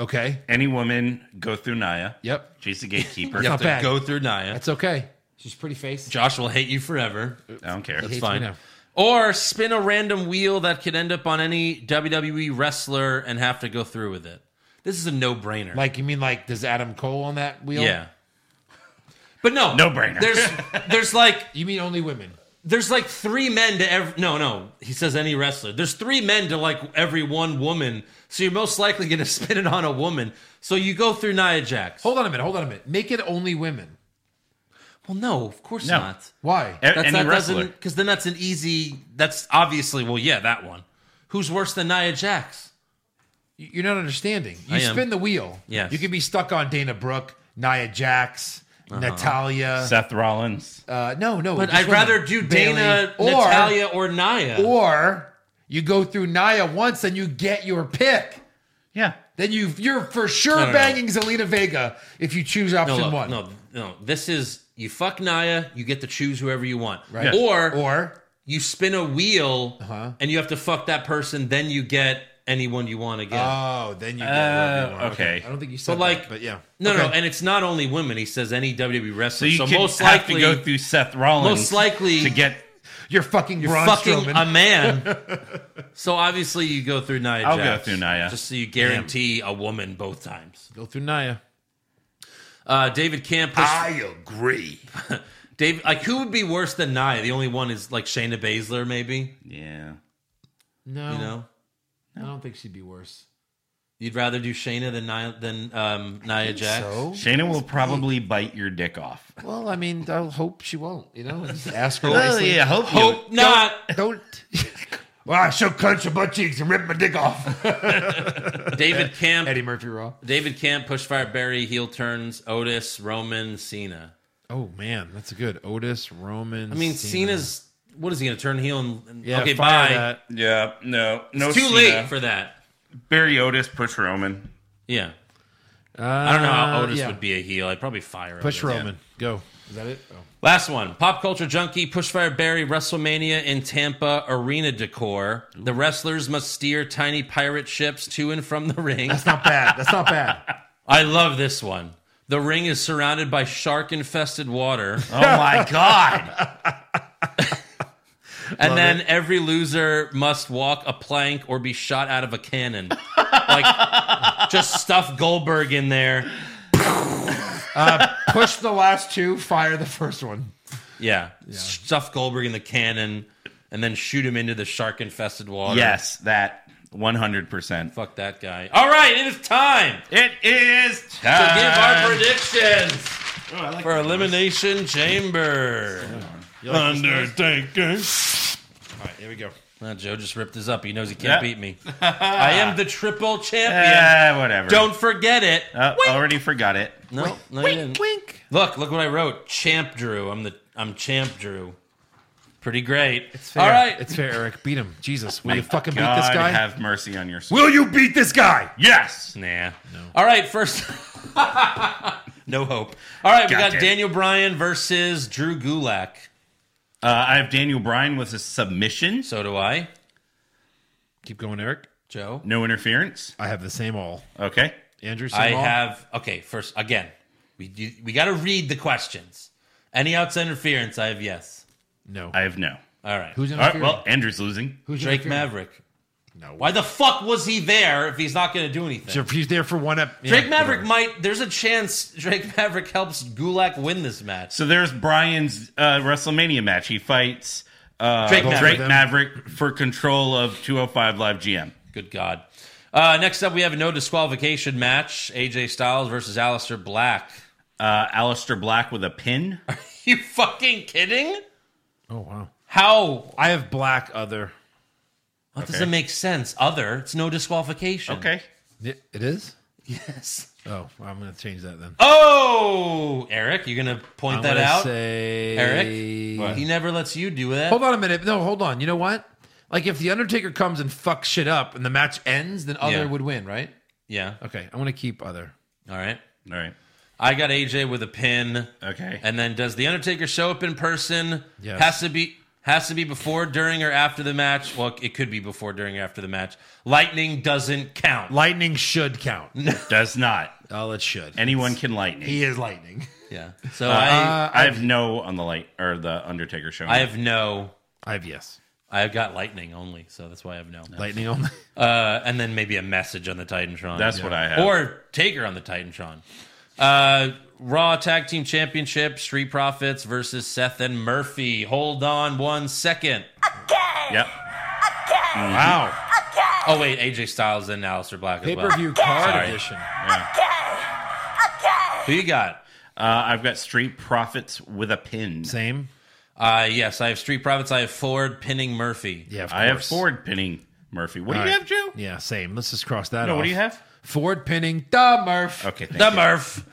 Okay. Any woman go through Naya. Yep. She's the gatekeeper. you have Not to bad. go through Naya? That's okay. She's pretty face. Josh will hate you forever. I don't care. That's me fine. now. Or spin a random wheel that could end up on any WWE wrestler and have to go through with it. This is a no brainer. Like you mean like does Adam Cole on that wheel? yeah. But no, No-brainer. There's there's like You mean only women? there's like three men to every no no he says any wrestler there's three men to like every one woman so you're most likely going to spin it on a woman so you go through Nia Jax Hold on a minute. Hold on a minute. Make it only women. well no of course No. E-, not Why? Eh. A- Any wrestler. because then that's an easy that's obviously well yeah that one who's worse than Nia Jax You- You're not understanding. You I am. spin the wheel. Yes. You could be stuck on Dana Brooke, Nia Jax, Natalia. Seth Rollins. Uh, no, no. Uh-huh. but just I'd rather women. do Bailey. Dana or, Natalia or Nia Or you go through Nia once and you get your pick. Yeah. Then you you're for sure No, no, no. banging Zelina Vega if you choose no, option look, one. no no this is you fuck Nia you get to choose whoever you want Right. or Or you spin a wheel Uh-huh. and you have to fuck that person, then you get anyone you want to get. oh, then you get Uh, whatever you want. okay. I don't think you But, said like- that, but yeah. no, no, Okay. and it's not only women. He says any WWE So wrestler. you So, can most have likely, to go through Seth Rollins. most likely, to get. You're fucking you're Braun fucking Strowman. a man. so obviously, you go through Nia. I'll go Jax, through Nia. just so you guarantee a woman both times. Go through Naya. Uh, David Camp. I agree. Dave, like who would be worse than Nia? The only one is like Shayna Baszler, maybe. Yeah. No, You know, I don't think she'd be worse. you'd rather do Shayna than Nia than um, Nia Jax. So, Shayna will probably bite your dick off. well, I mean, I'll hope she won't. You know, just ask her. Well, nicely. yeah. Hope. Hope You, not. Don't. well, I should clench her butt cheeks and rip my dick off. David Camp. Eddie Murphy Raw. David Camp, Pushfire Barry, heel turns, Otis, Roman, Cena. Oh man, that's good. Otis Roman. I mean, Cena's what is he going to turn heel and, and- yeah. okay, fire bye. that. yeah. No. No. It's too Cena. late for that. Barry Otis push Roman. Yeah, Uh, I don't know how Otis would be a heel. I'd probably fire Push Otis. Roman. Go. Is that it? Oh. Last one, pop culture junkie, Pushfire Barry, WrestleMania in Tampa, arena decor. The wrestlers must steer tiny pirate ships to and from the ring. That's not bad. That's not bad. I love this one. The ring is surrounded by shark infested water. Oh my God. And then every loser must walk a plank or be shot out of a cannon. like, just stuff Goldberg in there. Push the last two. Fire the first one. Yeah. Stuff Goldberg in the cannon and then shoot him into the shark infested water. yes. That. One hundred percent. Fuck that guy. All right, it is time It is to time. give our predictions Oh, I like for that Elimination Chamber. Undertaker. All right, here we go. Well, Joe just ripped his up. He knows he can't Yeah. beat me. I am the triple champion. Yeah. Whatever. Don't forget it. Uh, already forgot it. No, no, you didn't. Wink. Look, look what I wrote. Champ Drew. I'm the I'm Champ Drew. Pretty great. It's fair. All right. It's fair, Eric. Beat him. Jesus. Will you My fucking God, beat this guy? Have mercy on your soul. Will you beat this guy? Yes. nah. All right, first No hope. All right, we God got damn it. Daniel Bryan versus Drew Gulak. Uh, I have Daniel Bryan with a submission. So do I. Keep going, Eric. Joe. No interference. I have the same all. Okay. Andrew, same I all? have okay, first again. We you, we got to read the questions. Any outside interference? I have yes. No. I have no. All right. Who's All right, interfering? well, Andrew's losing. Who's Drake interfering? Maverick? No. Why the fuck was he there if he's not going to do anything? So if he's there for one up. yeah, Drake Maverick whatever. might. There's a chance Drake Maverick helps Gulak win this match. So there's Brian's uh, WrestleMania match. He fights uh, Drake Maverick. Drake, Maverick. for control of 205 Live GM. Good God. Uh, next up, we have a no disqualification match: AJ Styles versus Aleister Black. Uh, Alistair Black with a pin. You fucking kidding? Oh, wow. How? I have black other. That Okay. doesn't make sense. Other, it's no disqualification. Okay. It it is? Yes. Oh, well, I'm going to change that then. Oh, Eric, you're gonna point I'm that gonna out, Say... Eric. He never lets you do that. Hold on a minute. No, hold on. You know what? Like if the Undertaker comes and fucks shit up and the match ends, then Yeah. other would win, right? Yeah. Okay, I'm gonna keep other. All right. All right. I got AJ with a pin. Okay. And then does the Undertaker show up in person? Yes. Has to be has to be before, during, or after the match. Well, it could be before, during, or after the match. Lightning doesn't count. Lightning should count. Does not. Oh, it should. Anyone can lightning. he uh, is lightning. yeah. Uh, So I I have no on the light or the Undertaker show. I have no. I have yes. I've got lightning only, so that's why I have no. Lightning only. Uh, and then maybe a message on the Titantron. That's what I have. Or Taker on the Titantron. Uh, Raw Tag Team Championship, Street Profits versus Seth and Murphy. Hold on one second. Yep. Mm-hmm. wow. Oh, wait, AJ Styles and Aleister Black as Pay well. per view card Sorry. edition. Hmm. Who you got? Uh, I've got Street Profits with a pin. Same. Uh, yes, I have Street Profits. I have Ford pinning Murphy. Yeah. Of I have course. Ford pinning Murphy. What All do you right. have, Joe? Yeah. Same. Let's just cross that No, off. what do you have? Ford pinning the Murph. Okay. Thank The you. Murph.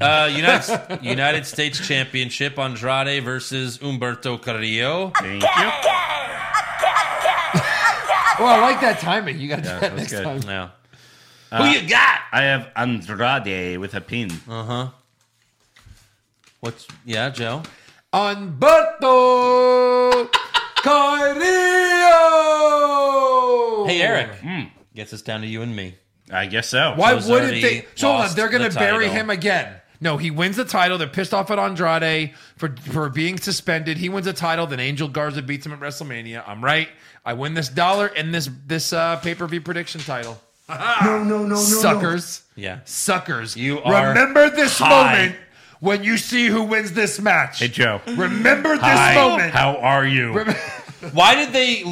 Uh, United, United States Championship, Andrade versus Umberto Carrillo. Thank you. Oh, I like that timing. You got to do that that was next good. time. No. Who you got? I have Andrade with a pin. What's, yeah, Joe? Umberto Carrillo. Hey, Eric. Gets us down to you and me. I guess so. Why was wouldn't already they? So hold on, lost they're going the to bury title. him again. No, he wins the title. They're pissed off at Andrade for for being suspended. He wins the title. Then Angel Garza beats him at WrestleMania. I'm right. I win this dollar and this this uh, pay per view prediction title. No, no, no, no. Suckers, Yeah. suckers. You are remember this high. moment when you see who wins this match. Hey, Joe. remember this Hi. moment. How are you? Why did they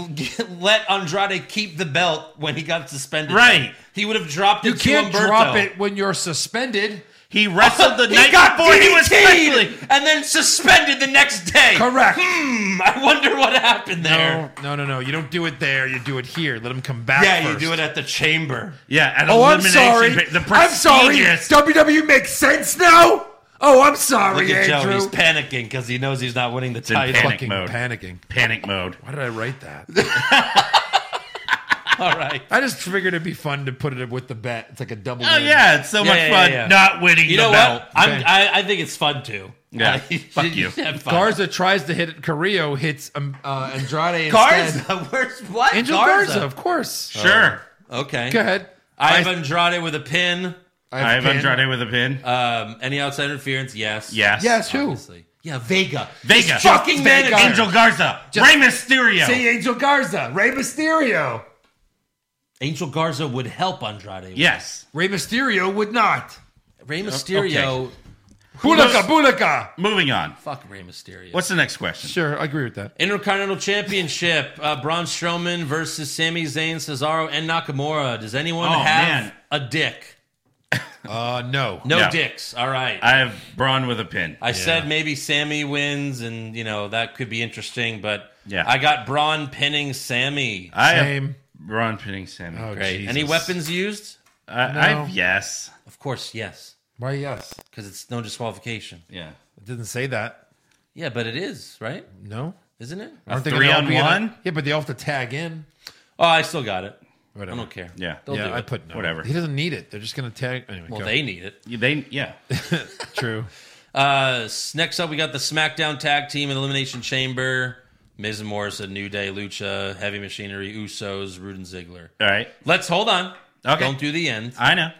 let Andrade keep the belt when he got suspended? Right. He would have dropped it you to can't Umberto. drop it when you're suspended. He wrestled the he night got before he was DDT'd wrestling. and then suspended the next day. Correct. Hmm, I wonder what happened there. No, no, no, no. You don't do it there. You do it here. Let him come back. Yeah, first. you do it at the chamber. Yeah, at Oh, I'm sorry. elimination. pa- The I'm sorry. prestigious- WWE makes sense now. Oh, I'm sorry, Look at Joe. Andrew. He's panicking because he knows he's not winning the in title. panic. fucking mode. panicking. Panic mode. Why did I write that? All right. I just figured it'd be fun to put it with the bet. It's like a double. Oh win. yeah, it's so Yeah, much yeah, fun yeah, yeah. not winning You the know belt. what? I'm, Okay. I, I think it's fun too. Yeah. I- Fuck you. have fun. Garza tries to hit Carrillo, hits um, uh, Andrade instead. Garza. Where's what? Angel Garza, of course. Sure. Oh, Okay. Go ahead. I have Andrade with a pin. I have Finn. Andrade with a pin. Um, any outside interference? Yes. yes. Yes, who? Obviously. Yeah, Vega. Vega. He's fucking Vega. managing. Angel Garza. Rey Mysterio. See Angel Garza, Rey Mysterio. Angel Garza would help Andrade. Yes. Rey Mysterio would not. Rey Mysterio. Bulaka, Bulaka. Moving on. Fuck Rey Mysterio. What's the next question? Sure, I agree with that. Intercontinental Championship? Uh, Braun Strowman versus Sami Zayn, Cesaro, and Nakamura. Does anyone Oh, have man. a dick? Uh, no. No No. dicks. All right. I, I have Braun with a pin. said maybe Sammy wins, and you know that could be interesting, but Yeah. Oh, I got Braun pinning Sammy. I have Same. Braun pinning Sammy. Oh, Great. Jesus. Any weapons used? I, I No. have yes. Of course, yes, Why? Yes. because it's no disqualification. Yeah. It didn't say that. Yeah, but it is right, No. isn't it? Aren't they three gonna all on be in a- one? yeah, but they all have to tag in. Oh, I still got it. Whatever. I don't care. Yeah. They'll do yeah, I it. put no. Whatever. He doesn't need it. They're just gonna tag. Anyway, Well, go. they need it. They yeah. true. Uh, s- next up, we got the SmackDown Tag Team and Elimination Chamber. Miz and Morrison, New Day, Lucha, Heavy Machinery, Usos, Rude and Ziggler. All right. Let's hold on. Okay. Ah. Don't do the end. I know.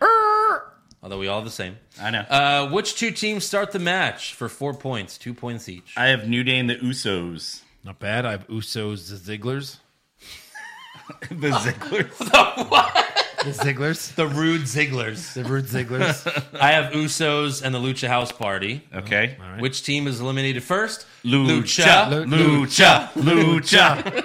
although we all the same. I know. Uh, which two teams start the match for four points, two points each? I have New Day and the Usos. Not bad. I have Usos, the Zigglers. the Zigglers. The Zigglers. the Rude Zigglers. the Rude Zigglers. I have Usos and the Lucha House Party. Okay. Which team is eliminated first? Lucha. Lucha. Lucha.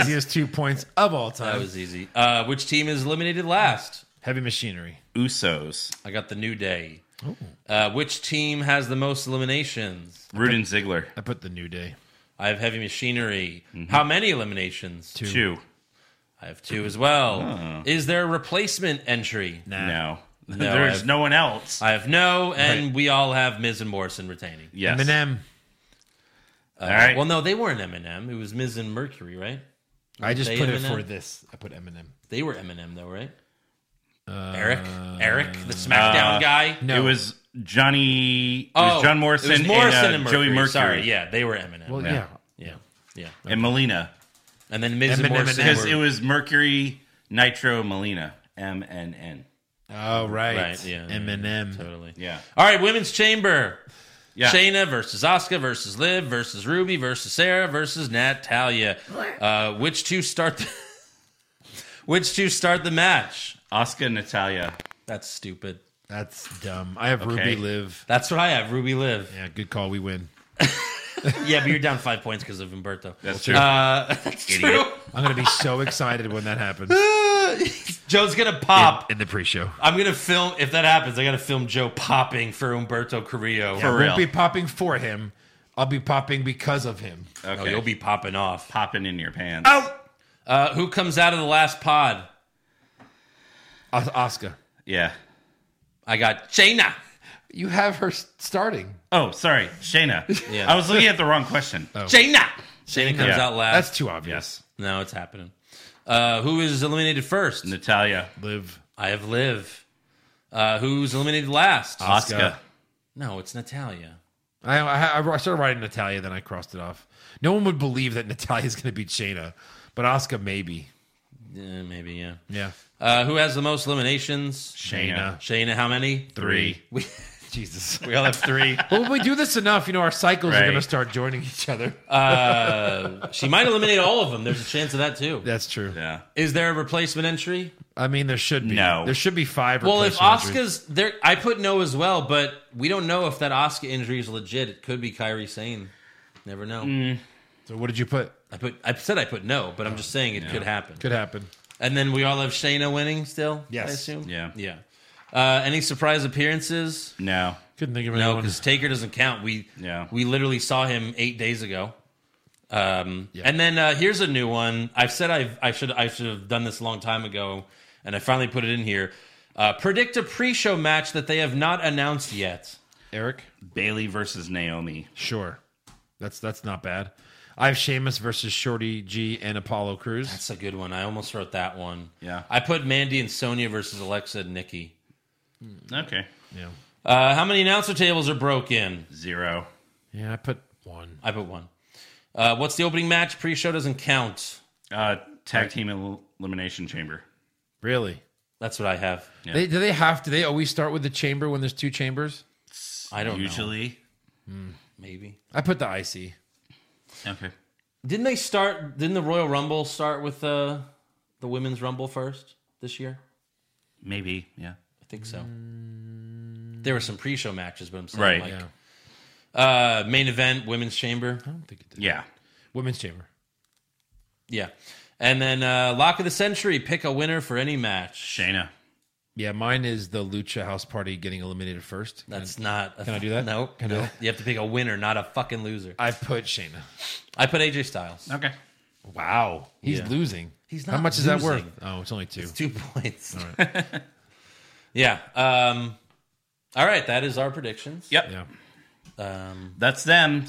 Easiest two points of all That time. was easy. Uh, which team is eliminated last? Heavy machinery. Usos. I got the New Day. Uh, which team has the most eliminations? Rude and Ziggler. I put the New Day. I have Heavy Machinery. How many eliminations? Two. Mm-hmm. Two. Oh. I have two as well. Is there a replacement entry? Nah. No. I There's have- no one else. I have no, and we all have Miz and Morrison retaining. Yes. Eminem. All right. Well, no, they weren't Eminem. It was Miz and Mercury, right? I just they put it Eminem? for this. I put Eminem. They were Eminem, though, right? Uh, Eric, Eric, the SmackDown Uh, guy. No. It was Johnny. It was John Morrison, Oh, it was Morrison and, uh, Joey Mercury. Sorry, yeah, they were Eminem. Well, Yeah. yeah. yeah, yeah. And Melina. And then Miz Eminem and Morrison. and Because were- it was Mercury, Nitro, Melina. M N N. Oh, right. Right, yeah, yeah, Eminem. totally. Yeah. All right, women's chamber. Yeah. Shayna versus Asuka versus Liv versus Ruby versus Sarah versus Natalia. Uh, which two start? The, which two start the match? Oscar Natalia. That's stupid. That's dumb. I have Okay. Ruby Live. That's what I have. Ruby Liv. Yeah, good call. We win. Yeah, but you're down five points because of Umberto. That's true. Uh, that's true. I'm going to be so excited when that happens Joe's gonna pop. in the pre-show. I'm gonna film if that happens. I gotta film Joe popping for Umberto Carrillo. For I real. won't be popping for him. I'll be popping because of him. okay. Oh, you'll be popping off. popping in your pants. Oh. Uh, who comes out of the last pod? Os- Oscar, Yeah. I got Shayna. you have her s- starting. Oh, sorry. Shayna. Yeah. I was looking at the wrong question. Oh. Shayna. Shayna comes Yeah. out last. That's too obvious. No, it's happening. Uh, who is eliminated first? Natalia. Live. I have Liv. Uh, who's eliminated last? Oscar. Asuka. no, it's Natalia. I, I I started writing Natalia, then I crossed it off. No one would believe that Natalia's going to beat Shayna, but Oscar maybe. Yeah, maybe, yeah. Yeah. Uh, who has the most eliminations? Shayna. Shayna, how many? Three. We, Jesus. we all have three. But when we do this enough, you know, our cycles Right. are going to start joining each other. Uh, she might eliminate all of them. There's a chance of that, too. That's true. Yeah. Is there a replacement entry? I mean, there should be. No. There should be five. Well, if replacement injuries. Oscar's there, I put no as well, but we don't know if that Oscar injury is legit. It could be Kyrie Sane. Never know. Mm. So what did you put? I put. I said I put no, but I'm just saying it could happen. Could happen. And then we all have Shayna winning still. Yes. I assume. Yeah. Yeah. Uh, any surprise appearances? No. Couldn't think of No, anyone. because Taker doesn't count. We Yeah. we literally saw him eight days ago. Um, Yeah. And then uh, here's a new one. I've said I've, I should I should have done this a long time ago, and I finally put it in here. Uh, predict a pre-show match that they have not announced yet. Eric. Bailey versus Naomi. Sure. That's that's not bad. I have Sheamus versus Shorty G and Apollo Cruz. That's a good one. I almost wrote that one. Yeah. I put Mandy and Sonia versus Alexa and Nikki. Okay. yeah. Uh, how many announcer tables are broken? Zero. Yeah, I put one. I put one. Uh, what's the opening match? Pre-show doesn't count. Uh, tag team el- elimination chamber. Really? That's what I have. They, do they have to? They always start with the chamber when there's two chambers. I Oh, don't know. Usually. Maybe. I put the IC. Okay. Didn't they start? Didn't the Royal Rumble start with uh, the Women's Rumble first this year? Maybe. Yeah. I think so. There were some pre-show matches, but I'm saying Right. like Mm. Yeah. uh, main event, Women's Chamber, I don't think it did. Yeah. Women's chamber. yeah, and then uh, Lock of the Century. Pick a winner for any match. Shayna. Yeah, mine is the Lucha House Party getting eliminated first. That's not. A Can I do that? No. Can I do that? You have to pick a winner, not a fucking loser. I put Shayna. I put AJ Styles. Okay. Wow, he's losing. He's How not much is that worth? losing. Oh, it's only two. Two points. yeah. Um, all right. That is our predictions. Yep. Yeah, Um, That's them.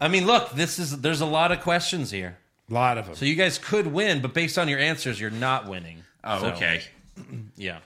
I mean, look, this is there's a lot of questions here. a lot of them. So you guys could win, but based on your answers, you're not winning. Oh, So, okay. Yeah.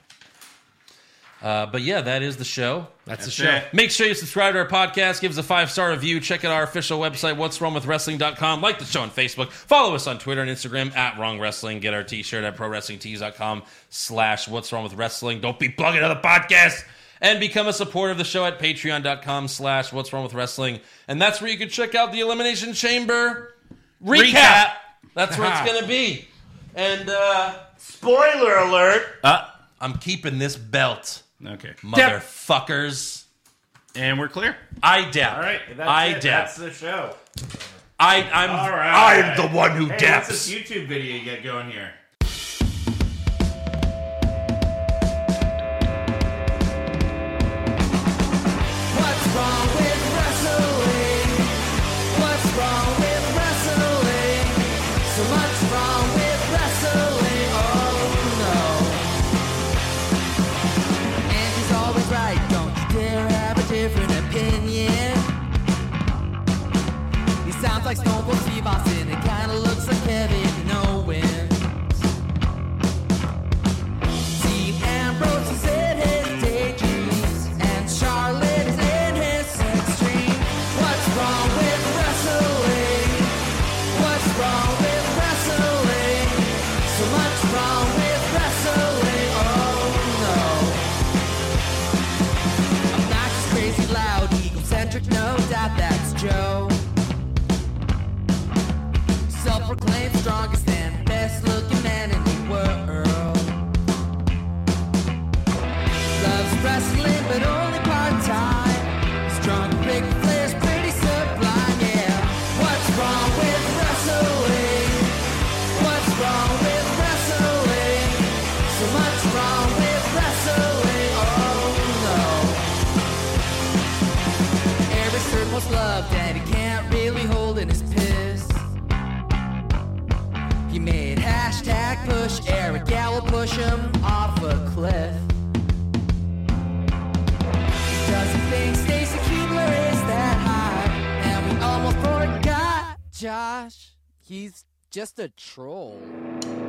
Uh, but yeah, that is the show. That's, the That's show. it. Make sure you subscribe to our podcast, give us a five star review, check out our official website, what's wrong with wrestling.com, like the show on Facebook, follow us on Twitter and Instagram at wrong wrestling, get our t shirt at pro wrestlingtees.com slash what's wrong with wrestling. Don't be plugging other podcasts. And become a supporter of the show at patreon.com slash what's wrong with wrestling. And that's where you can check out the Elimination Chamber recap. Recap. That's where it's going to be. And uh, spoiler alert Uh, I'm keeping this belt, okay. motherfuckers. And we're clear. I doubt. All right, that's I it. doubt. That's the show. I, I'm. All right. I'm the one who Hey, what's daps. this YouTube video you got going here? What's wrong with wrestling? What's wrong with wrestling? So much wrong with wrestling. Oh no. And she's always right. Don't you dare have a different opinion. He sounds like Stone Cold Steve Austin. It kinda looks like Kevin Owens. Dean Ambrose is in his daydreams, and Charlotte is in his sex dream. What's wrong with wrestling? What's wrong with wrestling? So much wrong with wrestling. Oh no. Obnoxious, crazy, loud, egocentric, no doubt that's Joe. Self-proclaimed strongest and best-looking man in the world. Loves wrestling, but only part time. Strong big players, pretty sublime, yeah. What's wrong with wrestling? What's wrong with wrestling? So much wrong with wrestling, oh no. Every circle's loved, and he can't really hold in his piss. He made hashtag push Eric Gallo push him off a cliff. Doesn't think Stacy Keebler is that hot. And we almost forgot Josh. He's just a troll. Oh, Oh,